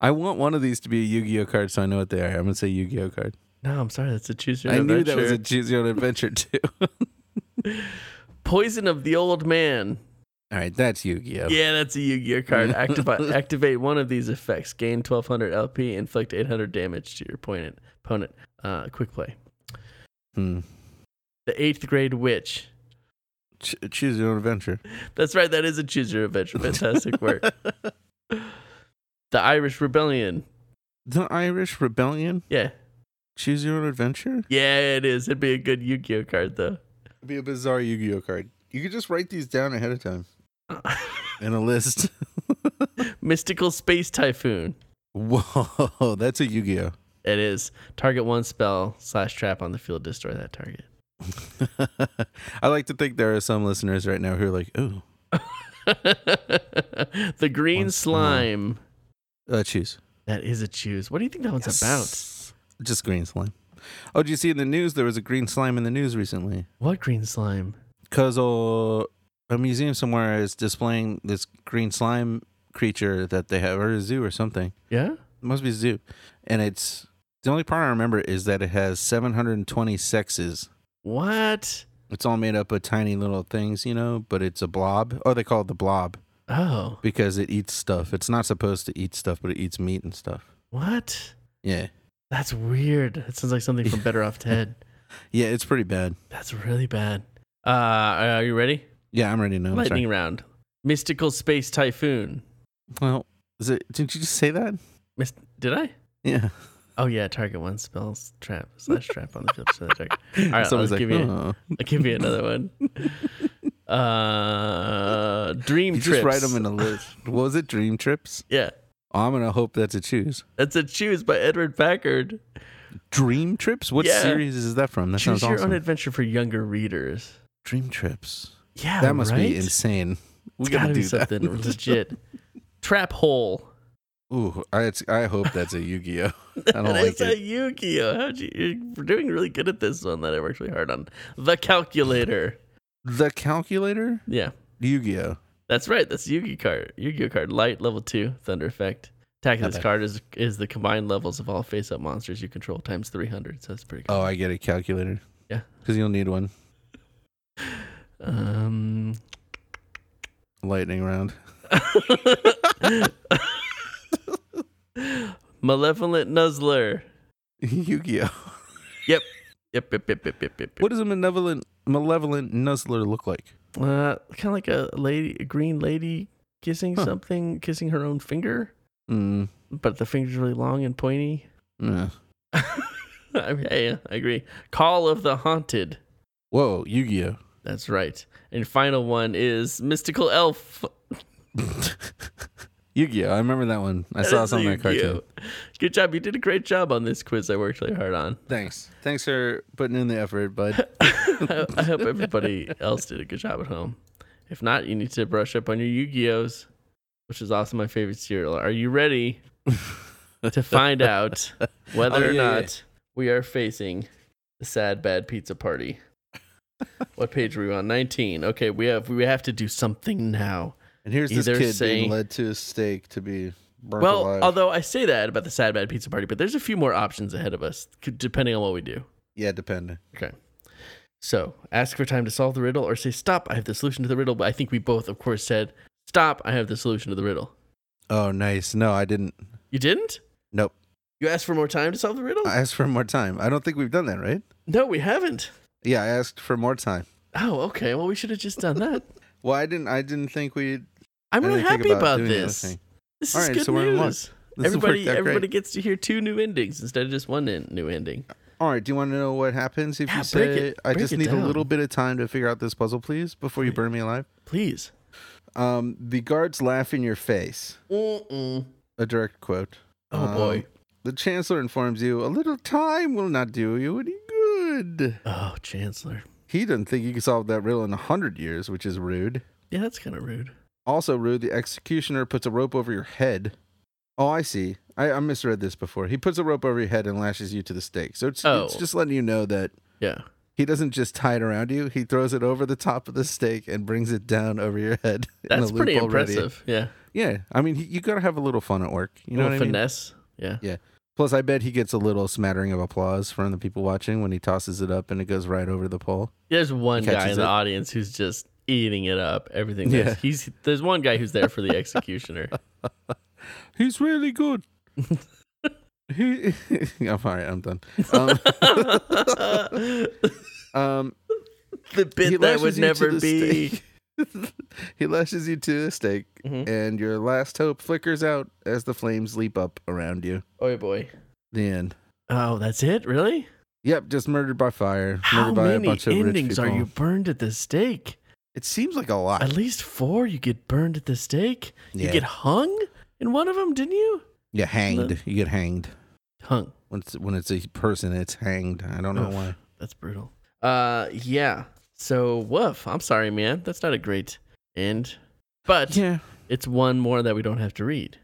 I want one of these to be a Yu-Gi-Oh card, so I know what they are. I'm gonna say Yu-Gi-Oh card.
No, I'm sorry. That's a choose your
I
own
knew
adventure.
that was a choose your own adventure too.
Poison of the Old Man.
All right, that's Yu-Gi-Oh.
Yeah, that's a Yu-Gi-Oh card. Activi- activate one of these effects. Gain 1,200 LP. Inflict 800 damage to your opponent. Opponent. Uh, quick play.
Hmm.
The Eighth Grade Witch.
Ch- choose your own adventure.
That's right. That is a choose your adventure. Fantastic work. the Irish Rebellion.
The Irish Rebellion.
Yeah,
Choose your own adventure.
yeah, it is. It'd be a good Yu-Gi-Oh card though.
It'd be a bizarre Yu-Gi-Oh card. You could just write these down ahead of time in a list.
Mystical Space Typhoon.
Whoa, that's a Yu-Gi-Oh.
It is. Target one spell slash trap on the field. Destroy that target.
I like to think there are some listeners right now who are like, "Ooh,
the Green
One spell.
Slime.
uh, choose."
That is a choose. What do you think that one's about?
about just green slime. Oh, did you see in the news there was a green slime in the news recently?
What green slime?
Cause uh, a museum somewhere is displaying this green slime creature that they have, or a zoo or something.
Yeah.
It must be a zoo, and it's the only part I remember is that it has 720 sexes.
What?
It's all made up of tiny little things, you know, but it's a blob. Oh, they call it the blob
Oh,
because it eats stuff. It's not supposed to eat stuff, but it eats meat and stuff.
what?
Yeah.
That's weird. That sounds like something from Better Off Ted.
Yeah, it's pretty bad.
That's really bad. Uh, are you ready?
Yeah, I'm ready now. I'm
Lightning
sorry.
round. Mystical space typhoon.
Well, is it, didn't you just say that?
Mis- Did I?
Yeah.
Oh yeah. Target one spells trap slash trap on the field. So target. All right. I'll
Someone's like,
give you.
"Oh."
I'll give you another one. Uh, dream
You
trips.
just write them in a list. what was it? Dream trips?
yeah.
Oh, I'm going to hope that's a choose.
That's a choose by Edward Packard.
Dream trips? What
Yeah.
series is that from? That
choose
sounds
your
awesome.
own adventure for younger readers.
Dream trips.
Yeah,
That must
right?
be insane. We
It's
got to
gotta
do
be something
that.
legit. Trap hole.
Ooh, I, it's, I hope that's a Yu-Gi-Oh. I don't
That is
like
a
it.
Yu-Gi-Oh. How'd you, you're doing really good at this one that I worked really hard on. The calculator.
The calculator?
Yeah,
Yu-Gi-Oh.
that's right. That's Yu-Gi card. Yu-Gi-Oh card light level two thunder effect. Attacking this
Okay.
card is is the combined levels of all face-up monsters you control times three hundred. So that's pretty good.
Oh, I get a calculator.
Yeah.
Because you'll need one.
Um,
Lightning round.
malevolent nuzzler.
Yu-Gi-Oh.
Yep, yep, yep, yep, yep, yep.
What does a malevolent malevolent nuzzler look like?
yep. Uh, kind of like a lady, a green lady kissing
Huh.
something, kissing her own finger.
Mm.
but the finger's really long and pointy.
yeah.
I mean, yeah, I agree. Call of the Haunted.
Whoa, Yu-Gi-Oh.
That's right. And final one is Mystical Elf.
Yu-Gi-Oh. I remember that one. I
That
saw
is
some on a
Yu-Gi-Oh.
cartoon.
Good job. You did a great job on this quiz I worked really hard on.
Thanks. Thanks for putting in the effort, bud.
I, I hope everybody else did a good job at home. If not, you need to brush up on your Yu-Gi-Ohs, which is also my favorite cereal. Are you ready to find out whether
Oh,
or
yeah, yeah,
not we are facing the sad bad pizza party? what page were we on? 19. Okay, we have we have to do something now.
And here's this
Either
kid
say-
being led to a stake to be burnt
Well,
alive.
although I say that about the sad bad pizza party, but there's a few more options ahead of us c- depending on what we do.
yeah, depending.
Okay. So ask for time to solve the riddle or say, stop, I have the solution to the riddle. But I think we both, of course, said, stop, I have the solution to the riddle.
Oh, nice. No, I didn't.
You didn't?
Nope.
You asked for more time to solve the riddle?
I asked for more time. I don't think we've done that, right?
no, we haven't.
Yeah, I asked for more time.
Oh, okay. Well, we should have just done that.
Well, I didn't. I didn't think we.
I'm
I
really
didn't think
happy about,
doing the other
this.
thing.
This
All
is
right,
good
so we're in luck.
news.
This has worked
everybody,
out great.
everybody gets to hear two new endings instead of just one en- new ending.
All right. Do you want to know what happens if
Yeah,
you
break
say,
it-
"I
break
just
it
need
down.
a little bit of time to figure out this puzzle, please, before you burn me alive"?
Please.
Um, the guards laugh in your face.
Mm-mm.
A direct quote.
Oh boy.
Um, The chancellor informs you, "A little time will not do you any good."
Oh, Chancellor.
He doesn't think you can solve that riddle in a hundred years, which is rude.
Yeah, that's kind of rude.
Also rude, the executioner puts a rope over your head. Oh, I see. I, I misread this before. He puts a rope over your head and lashes you to the stake. So it's, it's
Oh.
just letting you know that
Yeah.
he doesn't just tie it around you. He throws it over the top of the stake and brings it down over your head. in a
That's
loop
pretty
already.
impressive. Yeah.
Yeah, I mean, he, you gotta have a little fun at work. You know
Little
what I mean?
finesse. Yeah.
Plus, I bet he gets a little smattering of applause from the people watching when he tosses it up and it goes right over the pole.
There's one
He
guy
catches
in the
it.
audience who's just eating it up. Everything.
Yeah.
Yeah. He's there's one guy who's there for the executioner.
He's really good. he, I'm sorry, I'm done. Um,
the
um,
bit
he lashes
that would
you to
never
the
be.
stake. he lashes you to the stake,
Mhm.
and your last hope flickers out as the flames leap up around you.
Oh boy.
The end.
Oh, that's it. Really?
Yep, just murdered by fire.
How
murdered by a
many
bunch of
endings
rich
are
people.
you burned at the stake?
It seems like a lot.
At least four. You get burned at the stake. You
Yeah.
get hung in one of them, didn't you?
you hanged. You get hanged.
Hung.
When it's, when it's a person, it's hanged. I don't know
Oof.
why.
That's brutal. Uh, yeah. So woof. I'm sorry, man. That's not a great end. But
Yeah,
it's one more that we don't have to read.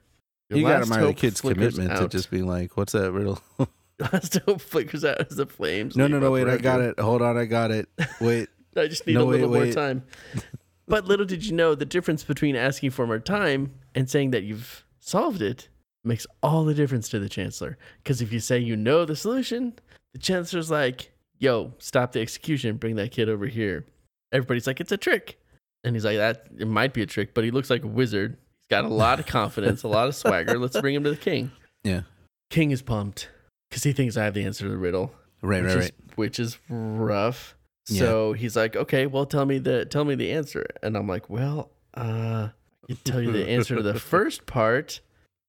Your
you gotta
last
admire the
hope
kid's
flickers
commitment to
out.
just being like, "What's that riddle?"
last hope flickers out as the flames.
No,
leap
no, no.
up
Wait, I
around
got
you.
it. Hold on, I got it. Wait,
I just need
No,
a little
wait,
more
wait.
time. but little did you know the difference between asking for more time and saying that you've solved it makes all the difference to the chancellor. Because if you say you know the solution, the chancellor's like, "Yo, stop the execution. Bring that kid over here." Everybody's like, "It's a trick," and he's like, "That it might be a trick, but he looks like a wizard. He's got a lot of confidence, a lot of swagger. Let's bring him to the king."
Yeah.
King is pumped because he thinks I have the answer to the riddle
right,
which
right,
is,
right.
which is rough.
Yeah.
So he's like, "Okay, well, tell me the tell me the answer." And I'm like, "Well, uh, I can tell you the answer to the first part,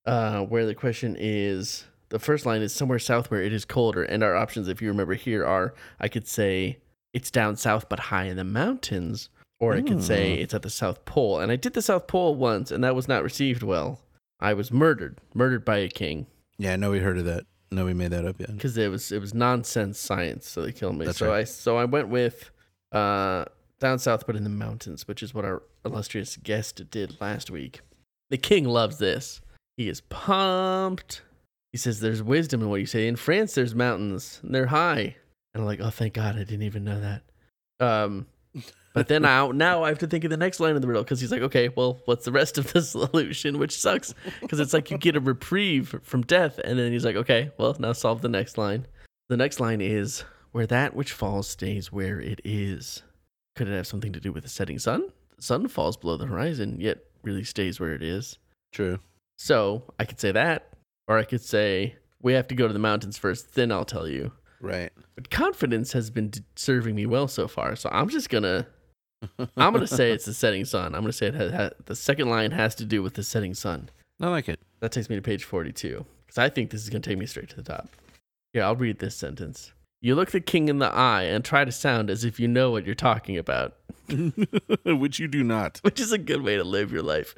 uh, where the question is the first line is somewhere south where it is colder, and our options, if you remember here, are I could say it's down south but high in the mountains, or I could say
Hmm.
it's at the South Pole. And I did the South Pole once, and that was not received well. I was murdered, murdered by a king
Yeah, no, we heard of that. No, we made that up yet.
because it was it was nonsense science, so they killed me.
That's
so
right.
I so I went with uh, down south, but in the mountains, which is what our illustrious guest did last week. The king loves this. He is pumped. He says, "There's wisdom in what you say." In France, there's mountains. And they're high, and I'm like, "Oh, thank God, I didn't even know that." Um, but then I, now I have to think of the next line of the riddle because he's like, okay, well, what's the rest of the solution? Which sucks because it's like you get a reprieve from death. And then he's like, okay, well, now solve the next line. The next line is where that which falls stays where it is. Could it have something to do with the setting sun? The sun falls below the horizon, yet really stays where it is.
True.
So I could say that, or I could say, we have to go to the mountains first, then I'll tell you.
Right.
But confidence has been d- serving me well so far, so I'm just gonna. I'm gonna say it's the setting sun. I'm gonna say it ha ha- the second line has to do with the setting sun.
I like it.
That takes me to page 42 because I think this is gonna take me straight to the top. Here, I'll read this sentence. You look the king in the eye and try to sound as if you know what you're talking about,
Which you do not.
which is a good way to live your life.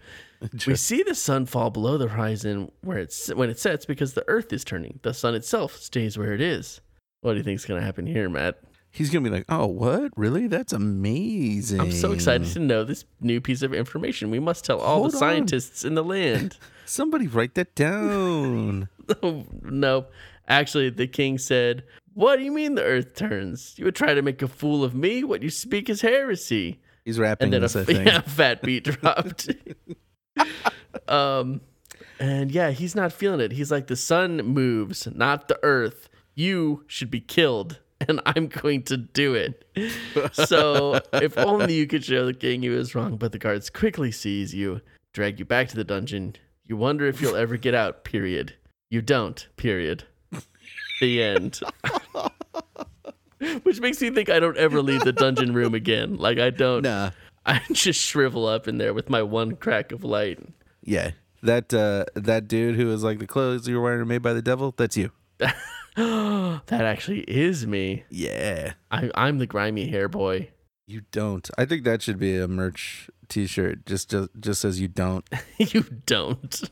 We see the sun fall below the horizon where it's when it sets because the earth is turning. The sun itself stays where it is. What do you think's gonna happen here, Matt?
He's gonna be like, "Oh, what? Really? That's amazing."
I'm so excited to know this new piece of information. We must tell all
Hold
the
on.
scientists in the land.
Somebody write that down.
no, actually, the king said, What do you mean the earth turns? You would try to make a fool of me? What you speak is heresy.
He's rapping
And then a,
this, I think.
yeah, a fat beat dropped. um, and yeah, he's not feeling it. He's like, The sun moves, not the earth. You should be killed. And I'm going to do it. So, if only you could show the king you was wrong, but the guards quickly seize you, drag you back to the dungeon. You wonder if you'll ever get out, period. You don't, period. The end. Which makes me think I don't ever leave the dungeon room again. Like, I don't.
Nah.
I just shrivel up in there with my one crack of light.
Yeah. That uh that dude who was like the clothes you were wearing are made by the devil, that's you.
That actually is me.
Yeah.
I, I'm the grimy hair boy.
You don't. I think that should be a merch t-shirt just just just says you don't.
you don't.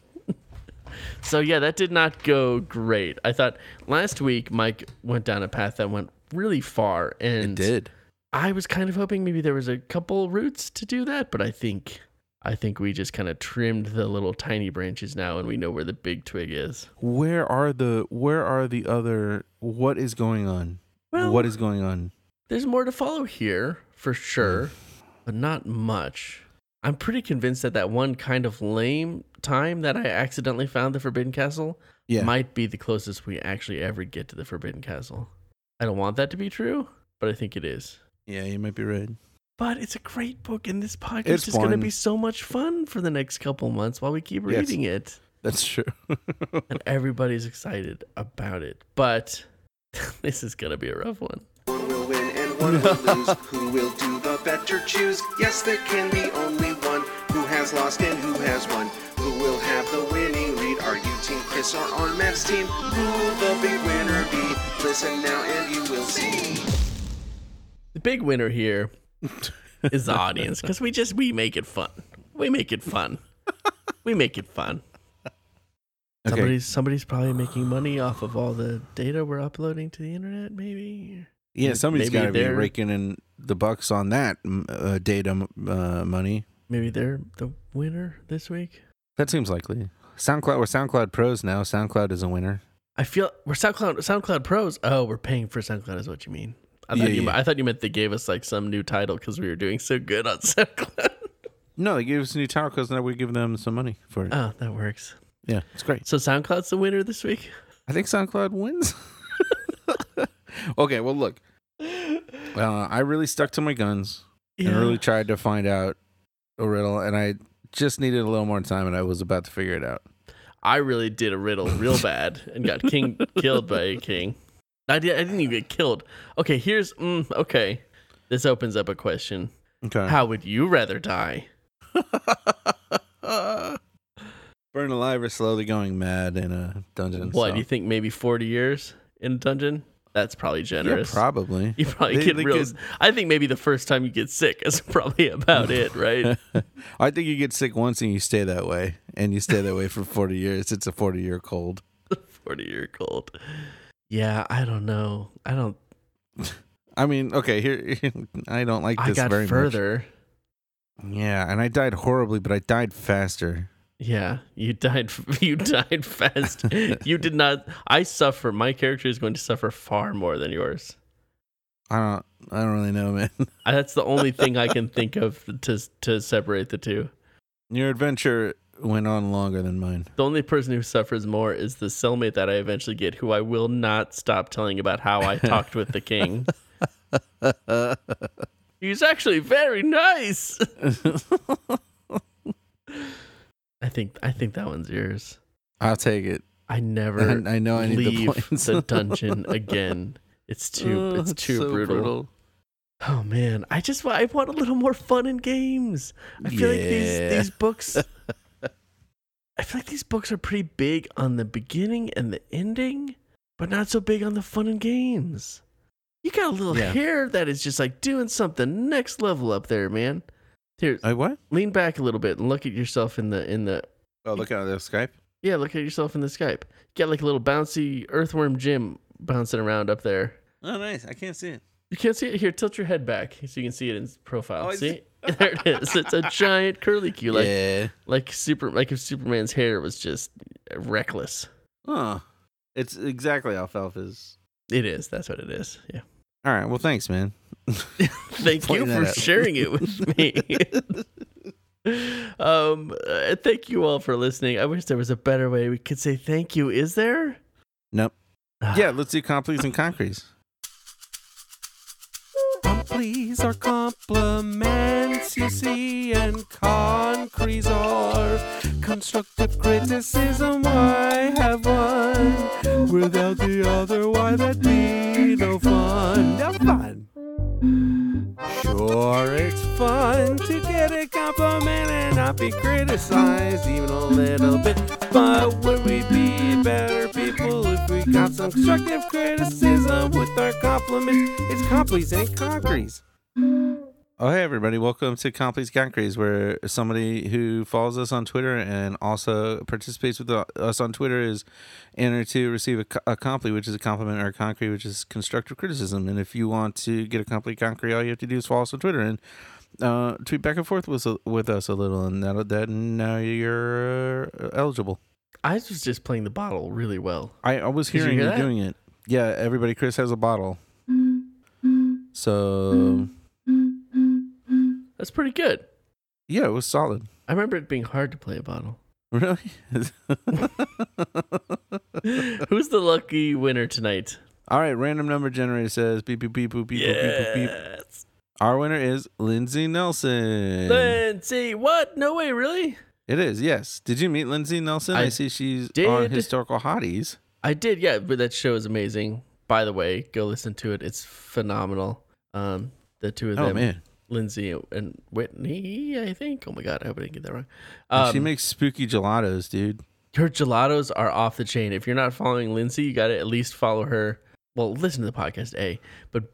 so yeah, that did not go great. I thought last week Mike went down a path that went really far, and I was kind of hoping maybe there was a couple routes to do that, but I think I think we just kind of trimmed the little tiny branches now, and we know where the big twig is.
Where are the where are the other what is going on?
Well-
what is going on?
There's more to follow here for sure, but not much. I'm pretty convinced that that one kind of lame time that I accidentally found the Forbidden Castle
Yeah.
might be the closest we actually ever get to the Forbidden Castle. I don't want that to be true, but I think it is.
yeah, you might be right.
But it's a great book, and this podcast
It's
is going to
fun.
be so much fun for the next couple months while we keep
Yes.
reading it.
That's true.
And everybody's excited about it. But this is going to be a rough one.
One will win and one will lose. Who will do the better choose? Yes, there can be only one who has lost and who has won. Who will have the winning lead? Are you Team Chris or on Matt's team? Who will the big winner be? Listen now and you will see.
The big winner here is the audience because we just we make it fun. We make it fun. We make it fun.
Okay.
Somebody's somebody's probably making money off of all the data we're uploading to the internet, maybe.
Yeah, somebody's
Maybe
got to be
they're-
raking in the bucks on that m- uh, data m- uh, money.
Maybe they're the winner this week.
That seems likely. SoundCloud, we're SoundCloud pros now. SoundCloud is a winner.
I feel we're SoundCloud SoundCloud Pros. Oh, we're paying for SoundCloud is what you mean. I thought
Yeah,
you
yeah.
I thought you meant they gave us like some new title because we were doing so good on SoundCloud.
No, they gave us new tower codes. Now we give them some money for it.
oh, that works.
yeah, it's great.
So SoundCloud's the winner this week.
I think SoundCloud wins. okay, well, look. Uh, I really stuck to my guns and really tried to find out a riddle, and I just needed a little more time, and I was about to figure it out.
I really did a riddle real bad and got king killed by a king. I did. I didn't even get killed. Okay, here's mm, okay. This opens up a question.
Okay.
How would you rather die?
Burn alive or slowly going mad in a dungeon.
What
so-
you think? Maybe forty years in a dungeon? That's probably
Yeah,
generous.
probably.
you probably
They-
get
they
real.
could-
I think maybe the first time you get sick is probably about it, right?
I think you get sick once and you stay that way, and you stay that way for 40 years. It's a 40 year cold.
Forty year cold. Yeah, I don't know. I don't.
I mean, okay, here I don't like
I
this
got
very
further.
much. Yeah, and I died horribly, but I died faster.
Yeah, you died. You died fast. you did not. I suffer. My character is going to suffer far more than yours.
I don't, I don't really know, man.
I- That's the only thing I can think of to to separate the two.
Your adventure went on longer than mine.
The only person who suffers more is the cellmate that I eventually get, who I will not stop telling about how I talked with the king. He's actually very nice. I think I think that one's yours.
I'll take it.
I never.
I know I need the
leave
points.
the dungeon again. It's too.
Oh,
it's too
so
brutal. Oh man, I just wa- I want a little more fun in games. I feel like these
Yeah.
these books. I feel like these books are pretty big on the beginning and the ending, but not so big on the fun and games. You got a little
Yeah.
hair that is just like doing something next level up there, man. Here,
I what?
lean back a little bit and look at yourself in the in the
Oh, look at the Skype.
yeah, look at yourself in the Skype. You got like a little bouncy earthworm Jim bouncing around up there.
Oh, nice. I can't see it.
You can't see it here. Tilt your head back so you can see it in s- profile.
Oh, I
see, there it is. It's a giant curlicue, like
yeah.
like super, like if Superman's hair was just reckless.
Huh. It's exactly alfalfa's.
It is. That's what it is. Yeah.
All right. Well, thanks, man.
Thank you
Pointing that
for
out.
sharing it with me. um, uh, thank you all for listening. I wish there was a better way we could say thank you. Is there?
Nope. Yeah, let's do completes and concretes.
Bump,
pleas are compliments, you see, and concretes are constructive criticism. I have one without the other. Why that be no fun? No fun. Sure, it's fun to get a compliment and not be criticized even a little bit. But would we be better people if we got some constructive criticism with our compliments? It's Compleys and Concretes. Oh, hey, everybody. Welcome to Compleys Concretes, where somebody who follows us on Twitter and also participates with us on Twitter is entered to receive a, co- a compli, which is a compliment, or a concrete, which is constructive criticism. And if you want to get a complete concrete, all you have to do is follow us on Twitter and uh, tweet back and forth with, with us a little. And that'll, that, and now you're eligible.
I was just playing the bottle really well.
I, I was
Did you
hearing you,
hear that?
doing it. Yeah, everybody. Chris has a bottle. So
That's pretty good.
yeah, it was solid.
I remember it being hard to play a bottle.
Really?
Who's the lucky winner tonight?
All right. Random number generator says beep beep beep boop, beep boop, beep beep beep.
Yes.
Our winner is Lindsay Nelson.
Lindsay, what? No way, really?
it is. Yes. Did you meet Lindsay Nelson? I,
I
see she's on
did.
historical hotties.
I did, yeah. But that show is amazing. By the way, go listen to it. It's phenomenal. Um, the two of
Oh
them,
man,
Lindsay and Whitney, I think. Oh my god, I hope I didn't get that wrong.
And
Um,
she makes spooky gelatos, dude.
her gelatos are off the chain. If you're not following Lindsay, you got to at least follow her. Well, listen to the podcast, A, but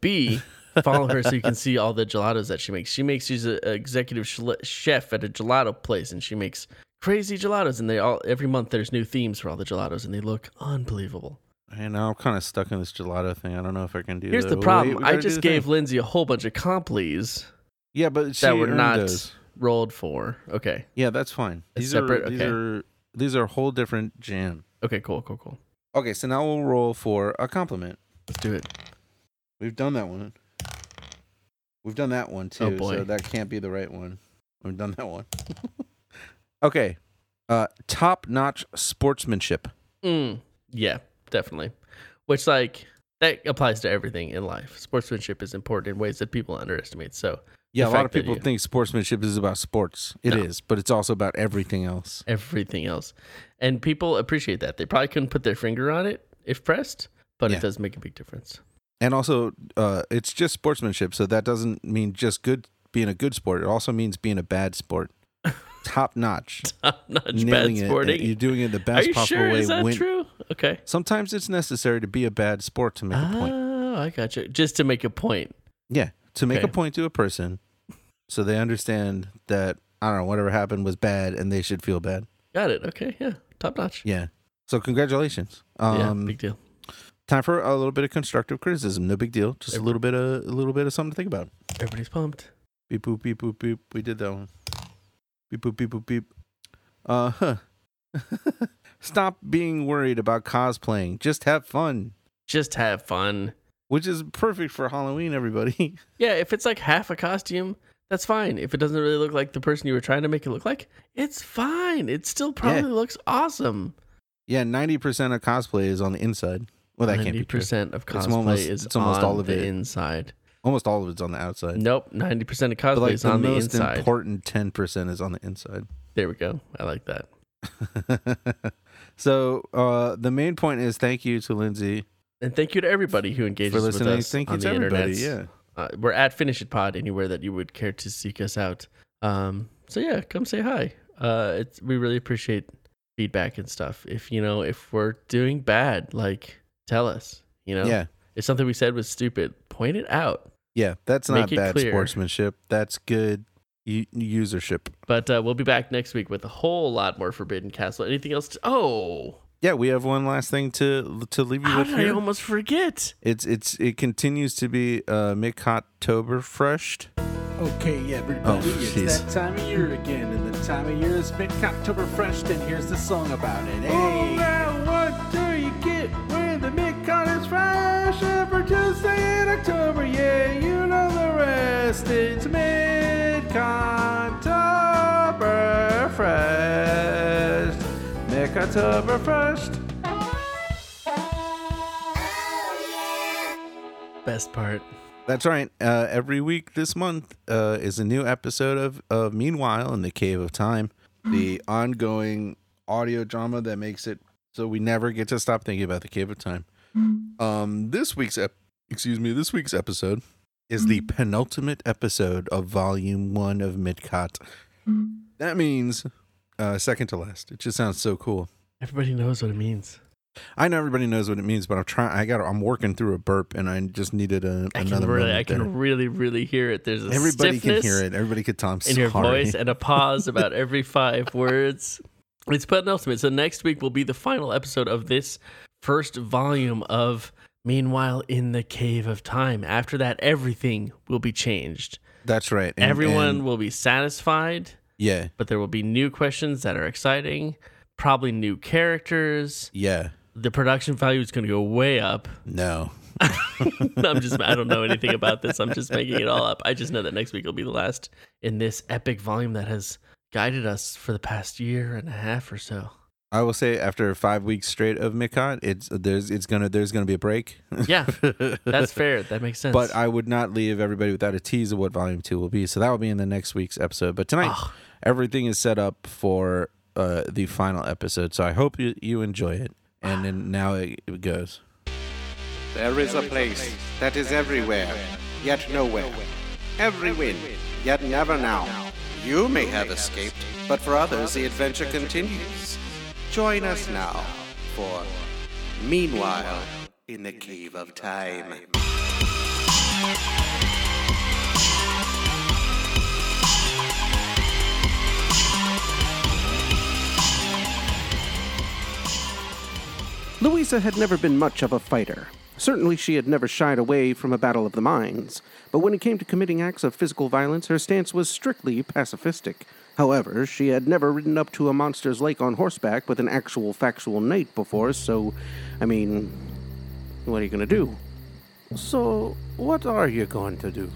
B, follow her so you can see all the gelatos that she makes. She makes she's an executive shel- chef at a gelato place, and she makes crazy gelatos. And they all every month there's new themes for all the gelatos, and they look unbelievable.
And I'm kind of stuck in this gelato thing. I don't know if I can do.
Here's the
wait,
problem:
we
I
gotta do
just
the thing.
gave Lindsay a whole bunch of complis
yeah, but she
that were
earned
not
those.
rolled for. Okay,
Yeah, that's fine.
It's
These are
separate?
these
Okay.
are these are a whole different jam.
okay, cool, cool, cool.
Okay, so now we'll roll for a compliment.
Let's do it.
We've done that one. We've done that one too,
Oh, boy.
so that can't be the right one. We've done that one. okay. Uh top-notch sportsmanship.
Mm, yeah, definitely. Which like that applies to everything in life. Sportsmanship is important in ways that people underestimate. So
Yeah,
The
a lot
fact
of
that
people
you-
think sportsmanship is about sports. It is,
No.
but it's also about everything else.
everything else, and people appreciate that. They probably couldn't put their finger on it if pressed, but
Yeah.
it does make a big difference.
And also uh it's just sportsmanship, so that doesn't mean just good being a good sport. It also means being a bad sport. Top-notch.
Not
nailing
bad
it. uh,
sporting.
You're doing it the
Are
best
you
possible
sure?
way.
Is that
win-
true? Okay.
Sometimes it's necessary to be a bad sport to make a point.
Oh, I got you. Just to make a point.
Yeah, to make a
okay.
point to a person, so they understand that I don't know whatever happened was bad, and they should feel bad.
Got it. Okay. Yeah. Top notch.
Yeah. So congratulations.
yeah.
Um,
Big deal.
time for a little bit of constructive criticism. No big deal. Just a little bit of a little bit of something to think about.
Everybody's pumped.
Beep boop beep boop beep. We did that one. Beep boop beep boop beep. Uh huh. Stop being worried about cosplaying. Just have fun.
Just have fun.
which is perfect for Halloween, everybody.
Yeah, if it's like half a costume, that's fine. If it doesn't really look like the person you were trying to make it look like, it's fine. It still probably looks awesome.
yeah, ninety percent of cosplay is on the inside. Well, that can't be true.
percent of
It's
cosplay
almost-
is
it's almost
on
all of
the
it.
inside.
Almost all of it's on the outside.
Nope, ninety percent of
but like
cosplay is
the
on the
most
inside.
important ten percent is on the inside.
there we go. I like that.
so uh, the main point is thank you to Lindsay
And thank you to everybody who engages
for
with
listening.
us
Thank you
on
to
the
everybody.
internet. Uh, we're at Finish It Pod anywhere that you would care to seek us out. Um, so yeah, come say hi. Uh, it's, we really appreciate feedback and stuff. If you know if we're doing bad, like tell us. You know,
Yeah, yeah,
if something we said was stupid, point it out.
yeah. That's
Make
not
it
bad
clear.
sportsmanship. That's good u- usership.
But uh, we'll be back next week with a whole lot more Forbidden Castle. Anything else? To- oh,
Yeah, we have one last thing to to leave you
how
with
did I
here.
almost forget?
It's it's it continues to be uh, Mick Hottober freshed.
Okay, yeah, everybody,
Oh,
it's
jeez.
that time of year again, and the time of year is mid-October fresh, and here's the song about it. eh? Hey!
what do you get when the mid-con is fresh? Every Tuesday in October, yeah, you know the rest. It's mid-con fresh. Mid-con fresh.
Best part.
That's right. Uh, every week this month uh, is a new episode of, of Meanwhile in the Cave of Time, the ongoing audio drama that makes it so we never get to stop thinking about the Cave of Time. Um, this week's ep- excuse me, this week's episode is the penultimate episode of Volume One of Midcot. That means uh, second to last. It just sounds so cool.
Everybody knows what it means.
I know everybody knows what it means, but I'm trying. I got. I'm working through a burp, and I just needed a,
I
another.
can really,
moment
I
there.
can really, really hear it. There's a
Everybody can
stiffness
hear it. Everybody could tell. I'm
in
sorry.
your voice and a pause about every five words. It's penultimate. So next week will be the final episode of this first volume of Meanwhile in the Cave of Time. After that, everything will be changed.
That's right. And-
Everyone
and-
will be satisfied,
yeah.
but there will be new questions that are exciting, probably new characters.
Yeah.
The production value is going to go way up.
No.
I'm just I don't know anything about this. I'm just making it all up. I just know that next week will be the last in this epic volume that has guided us for the past year and a half or so.
I will say after five weeks straight of Mikot, it's there's it's gonna there's gonna be a break.
Yeah, that's fair. That makes sense.
But I would not leave everybody without a tease of what volume two will be. So that will be in the next week's episode. But tonight,
Ugh.
everything is set up for uh, the final episode. So I hope you, you enjoy it. And then now it, it goes.
There is a place that is everywhere, yet nowhere. Every wind, yet never now. You may have escaped, but for others the adventure continues. Join us now for Meanwhile in the Cave of Time.
Louisa had never been much of a fighter. Certainly, she had never shied away from a battle of the minds. But when it came to committing acts of physical violence, her stance was strictly pacifistic. However, she had never ridden up to a monster's lake on horseback with an actual factual knight before, so, I mean, what are you going to do? So, what are you going to do?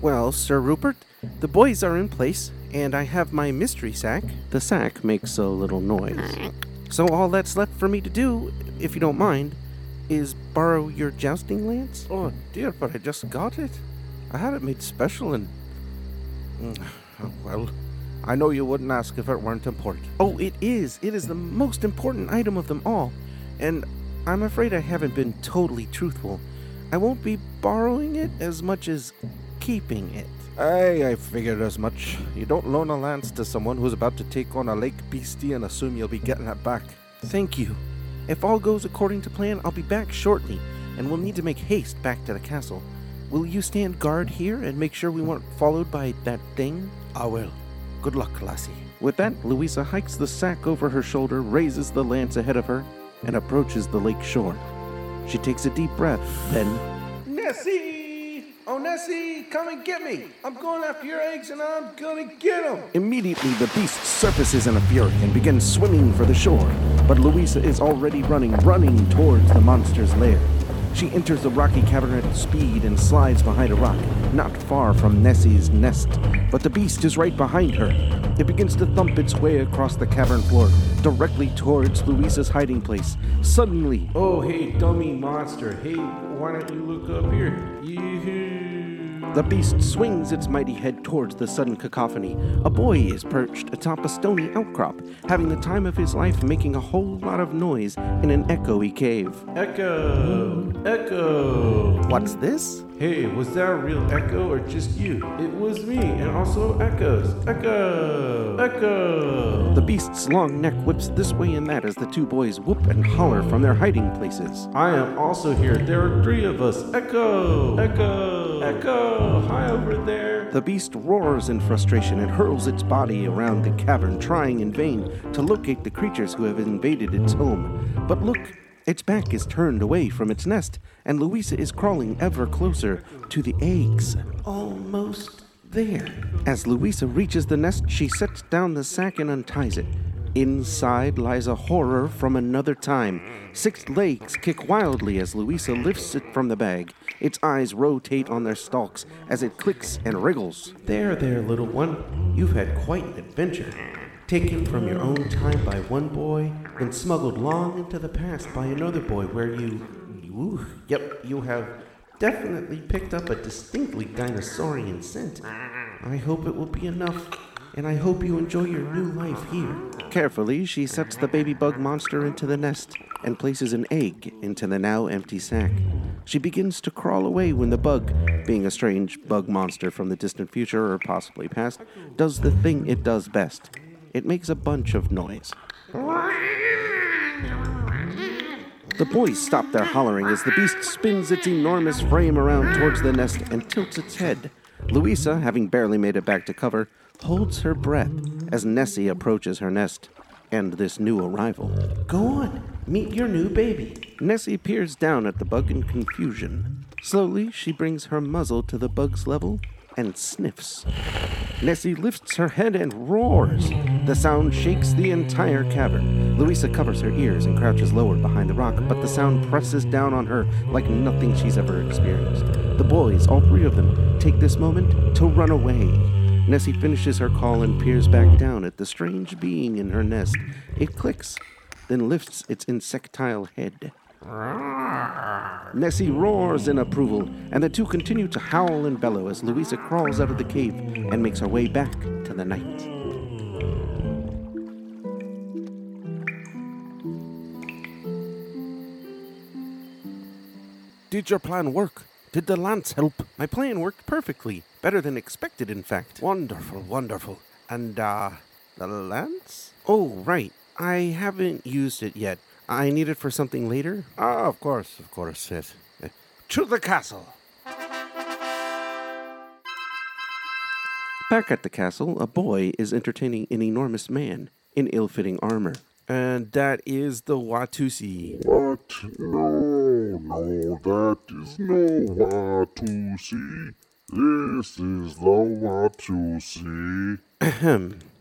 Well, Sir Rupert, the boys are in place, and I have my mystery sack. The sack makes a little noise. So, all that's left for me to do, if you don't mind, is borrow your jousting lance?
Oh dear, but I just got it. I had it made special and. Mm, oh, Well, I know you wouldn't ask if it weren't important.
Oh, it is. It is the most important item of them all. And I'm afraid I haven't been totally truthful. I won't be borrowing it as much as keeping it.
Aye, I figured as much. You don't loan a lance to someone who's about to take on a lake beastie and assume you'll be getting it back.
Thank you. If all goes according to plan, I'll be back shortly, and we'll need to make haste back to the castle. Will you stand guard here and make sure we weren't followed by that thing?
I will. Good luck, lassie.
With that, Louisa hikes the sack over her shoulder, raises the lance ahead of her, and approaches the lake shore. She takes a deep breath, then
Nessie! Oh, Nessie, come and get me! I'm going after your eggs and I'm gonna get them!
Immediately, the beast surfaces in a fury and begins swimming for the shore. But Louisa is already running, running towards the monster's lair. She enters the rocky cavern at speed and slides behind a rock, not far from Nessie's nest. But the beast is right behind her. It begins to thump its way across the cavern floor, directly towards Louisa's hiding place. Suddenly,
Oh, hey, dummy monster. Hey, why don't you look up here? Yoo-hoo.
The beast swings its mighty head towards the sudden cacophony. A boy is perched atop a stony outcrop, having the time of his life making a whole lot of noise in an echoey cave.
Echo! Echo!
What's this?
Hey, was that a real echo or just you? It was me, and also echoes. Echo! Echo!
The beast's long neck whips this way and that as the two boys whoop and holler from their hiding places.
I am also here. There are three of us. Echo! Echo! Echo! Hi over there!
The beast roars in frustration and hurls its body around the cavern, trying in vain to locate the creatures who have invaded its home. But look, its back is turned away from its nest, and Louisa is crawling ever closer to the eggs. Almost there. As Louisa reaches the nest, she sets down the sack and unties it. Inside lies a horror from another time. Six legs kick wildly as Louisa lifts it from the bag. Its eyes rotate on their stalks as it clicks and wriggles.
There, there, little one. You've had quite an adventure. Taken from your own time by one boy, then smuggled long into the past by another boy, where you. you yep, you have definitely picked up a distinctly dinosaurian scent. I hope it will be enough, and I hope you enjoy your new life here.
Carefully, she sets the baby bug monster into the nest and places an egg into the now empty sack. She begins to crawl away when the bug, being a strange bug monster from the distant future or possibly past, does the thing it does best. It makes a bunch of noise. The boys stop their hollering as the beast spins its enormous frame around towards the nest and tilts its head. Louisa, having barely made it back to cover, holds her breath as Nessie approaches her nest and this new arrival.
Go on, meet your new baby.
Nessie peers down at the bug in confusion. Slowly, she brings her muzzle to the bug's level and sniffs. Nessie lifts her head and roars. The sound shakes the entire cavern. Louisa covers her ears and crouches lower behind the rock, but the sound presses down on her like nothing she's ever experienced. The boys, all three of them, take this moment to run away. Nessie finishes her call and peers back down at the strange being in her nest. It clicks, then lifts its insectile head. Nessie roars in approval, and the two continue to howl and bellow as Louisa crawls out of the cave and makes her way back to the night.
Did your plan work? Did the lance help? My plan worked perfectly. Better than expected, in fact. Wonderful, wonderful. And, uh, the lance? Oh, right. I haven't used it yet. I need it for something later. Ah, of course, of course, yes. Eh, To the castle!
Back at the castle, a boy is entertaining an enormous man in ill fitting armor.
And that is the Watusi.
What? No, no, that is no what to see. This is the what to see.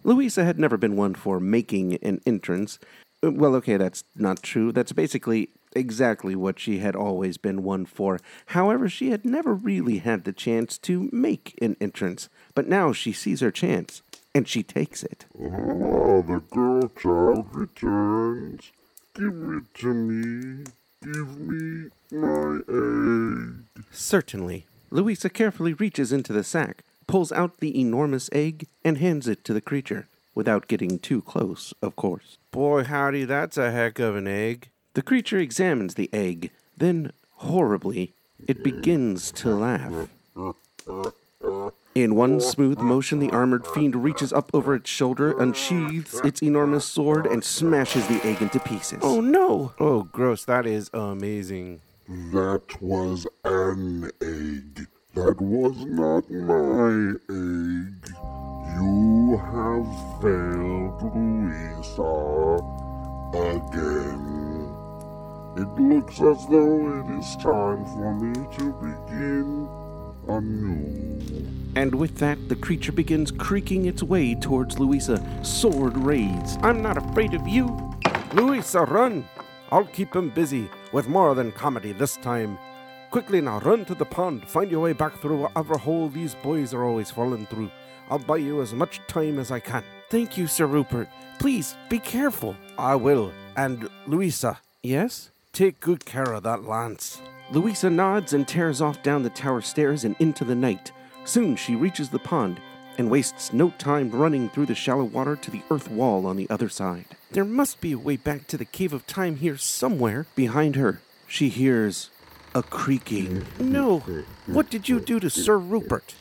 Louisa had never been one for making an entrance. Uh, Well, okay, that's not true. That's basically exactly what she had always been one for. However, she had never really had the chance to make an entrance. But now she sees her chance, and she takes it.
Ah, the girl child returns. Give it to me. Give me my egg.
Certainly. Louisa carefully reaches into the sack, pulls out the enormous egg, and hands it to the creature, without getting too close, of course.
Boy, howdy, that's a heck of an egg.
The creature examines the egg, then, horribly, it begins to laugh. In one smooth motion, the armored fiend reaches up over its shoulder, unsheathes its enormous sword, and smashes the egg into pieces.
Oh, no! Oh, gross, that is amazing.
That was an egg. That was not my egg. You have failed, Louisa. Again. It looks as though it is time for me to begin anew.
And with that, the creature begins creaking its way towards Louisa, sword raised.
I'm not afraid of you. Louisa, run! I'll keep him busy with more than comedy this time. Quickly now, run to the pond. Find your way back through whatever hole these boys are always falling through. I'll buy you as much time as I can. Thank you, Sir Rupert. Please be careful. I will. And Louisa,
Yes?
take good care of that lance.
Louisa nods and tears off down the tower stairs and into the night. Soon she reaches the pond and wastes no time running through the shallow water to the earth wall on the other side.
There must be a way back to the cave of time here somewhere.
Behind her, she hears a creaking.
No. What did you do to Sir Rupert?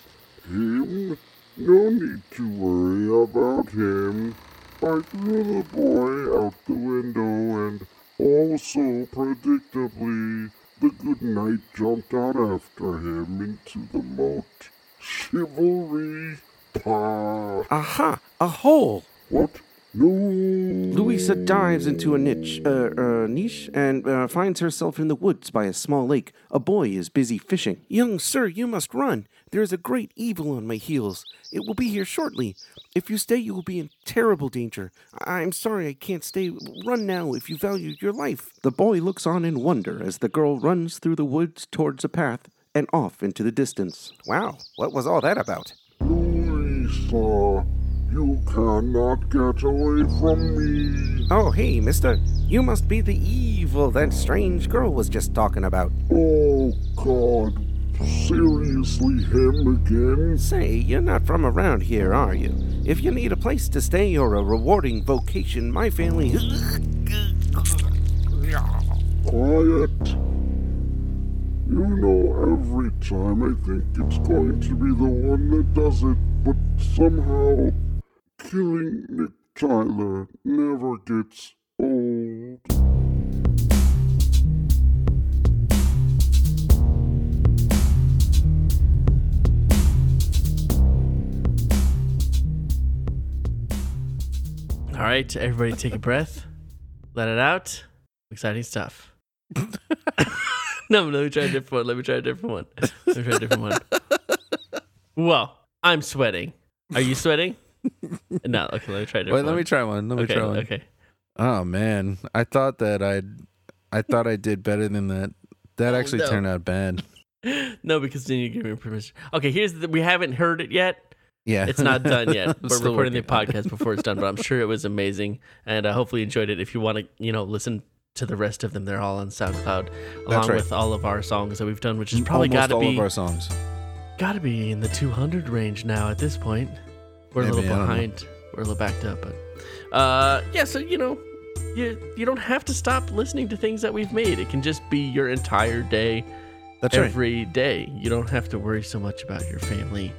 Him? No need to worry about him. I threw the boy out the window and also predictably the good knight jumped out after him into the moat. Chivalry pah.
Aha! A hole!
What? No
Louisa dives into a niche, uh, uh, niche and uh, finds herself in the woods by a small lake. A boy is busy fishing.
Young sir, you must run. There is a great evil on my heels. It will be here shortly. If you stay, you will be in terrible danger. I- I'm sorry I can't stay. Run now if you value your life.
The boy looks on in wonder as the girl runs through the woods towards a path and off into the distance.
Wow, what was all that about?
Louisa, you cannot get away from me.
Oh, hey, mister. You must be the evil that strange girl was just talking about.
Oh God, Seriously, him again?
Say, you're not from around here, are you? If you need a place to stay or a rewarding vocation, my family.
Quiet. You know, every time I think it's going to be the one that does it, but somehow killing Nick Tyler never gets old.
All right, everybody take a breath. Let it out. Exciting stuff. no, let me try a different one. Let me try a different one. Let me try a different one. Well, I'm sweating. Are you sweating? no, okay, let me try a different
Wait,
one.
let me try one. Let me
okay,
try one.
Okay.
Oh man, I thought that I, I thought I did better than that. That
Oh,
actually
no.
turned out bad.
No, because then you give me permission. Okay, here's the we haven't heard it yet.
Yeah,
It's not done yet. We're
Still
recording the
working on it.
podcast before it's done, but I'm sure it was amazing, and I hopefully you enjoyed it. If you want to, you know, listen to the rest of them, they're all on SoundCloud, along
right.
with all of our songs that we've done, which is probably
Almost
got to
all
be
of our songs.
got to be in the 200 range now at this point. We're a
Maybe, I
little
don't know.
behind. We're a little backed up, but uh, yeah. So you know, you you don't have to stop listening to things that we've made. It can just be your entire day
That's right.
every day. You don't have to worry so much about your family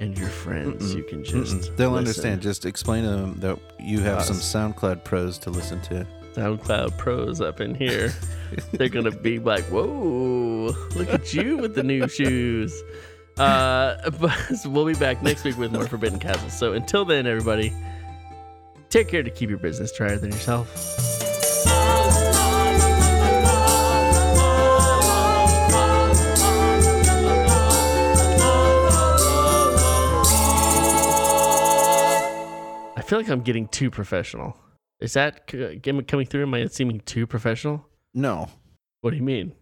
and your friends. You can just
Mm-mm. They'll
listen.
understand. Just explain to them that you have
Us.
some SoundCloud pros to listen to.
SoundCloud pros up in here. They're gonna be like, "Whoa, look at you with the new shoes." Uh, but we'll be back next week with more Forbidden Castle. So until then, everybody, take care to keep your business drier than yourself. I feel like I'm getting too professional. Is that c- am I coming through? Am I seeming too professional?
No.
What do you mean?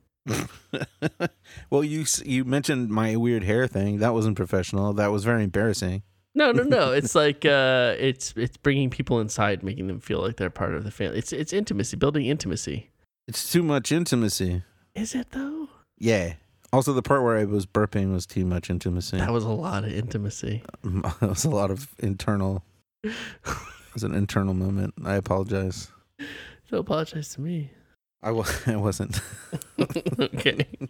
well, you s- you mentioned my weird hair thing. That wasn't professional. That was very embarrassing.
No, no, no. It's like uh, it's it's bringing people inside, making them feel like they're part of the family. It's it's intimacy, building intimacy.
It's too much intimacy.
Is it though?
Yeah. Also, the part where I was burping was too much intimacy.
That was a lot of intimacy.
That was a lot of internal. it was an internal moment. I apologize.
Don't apologize to me.
I w- I wasn't.
okay.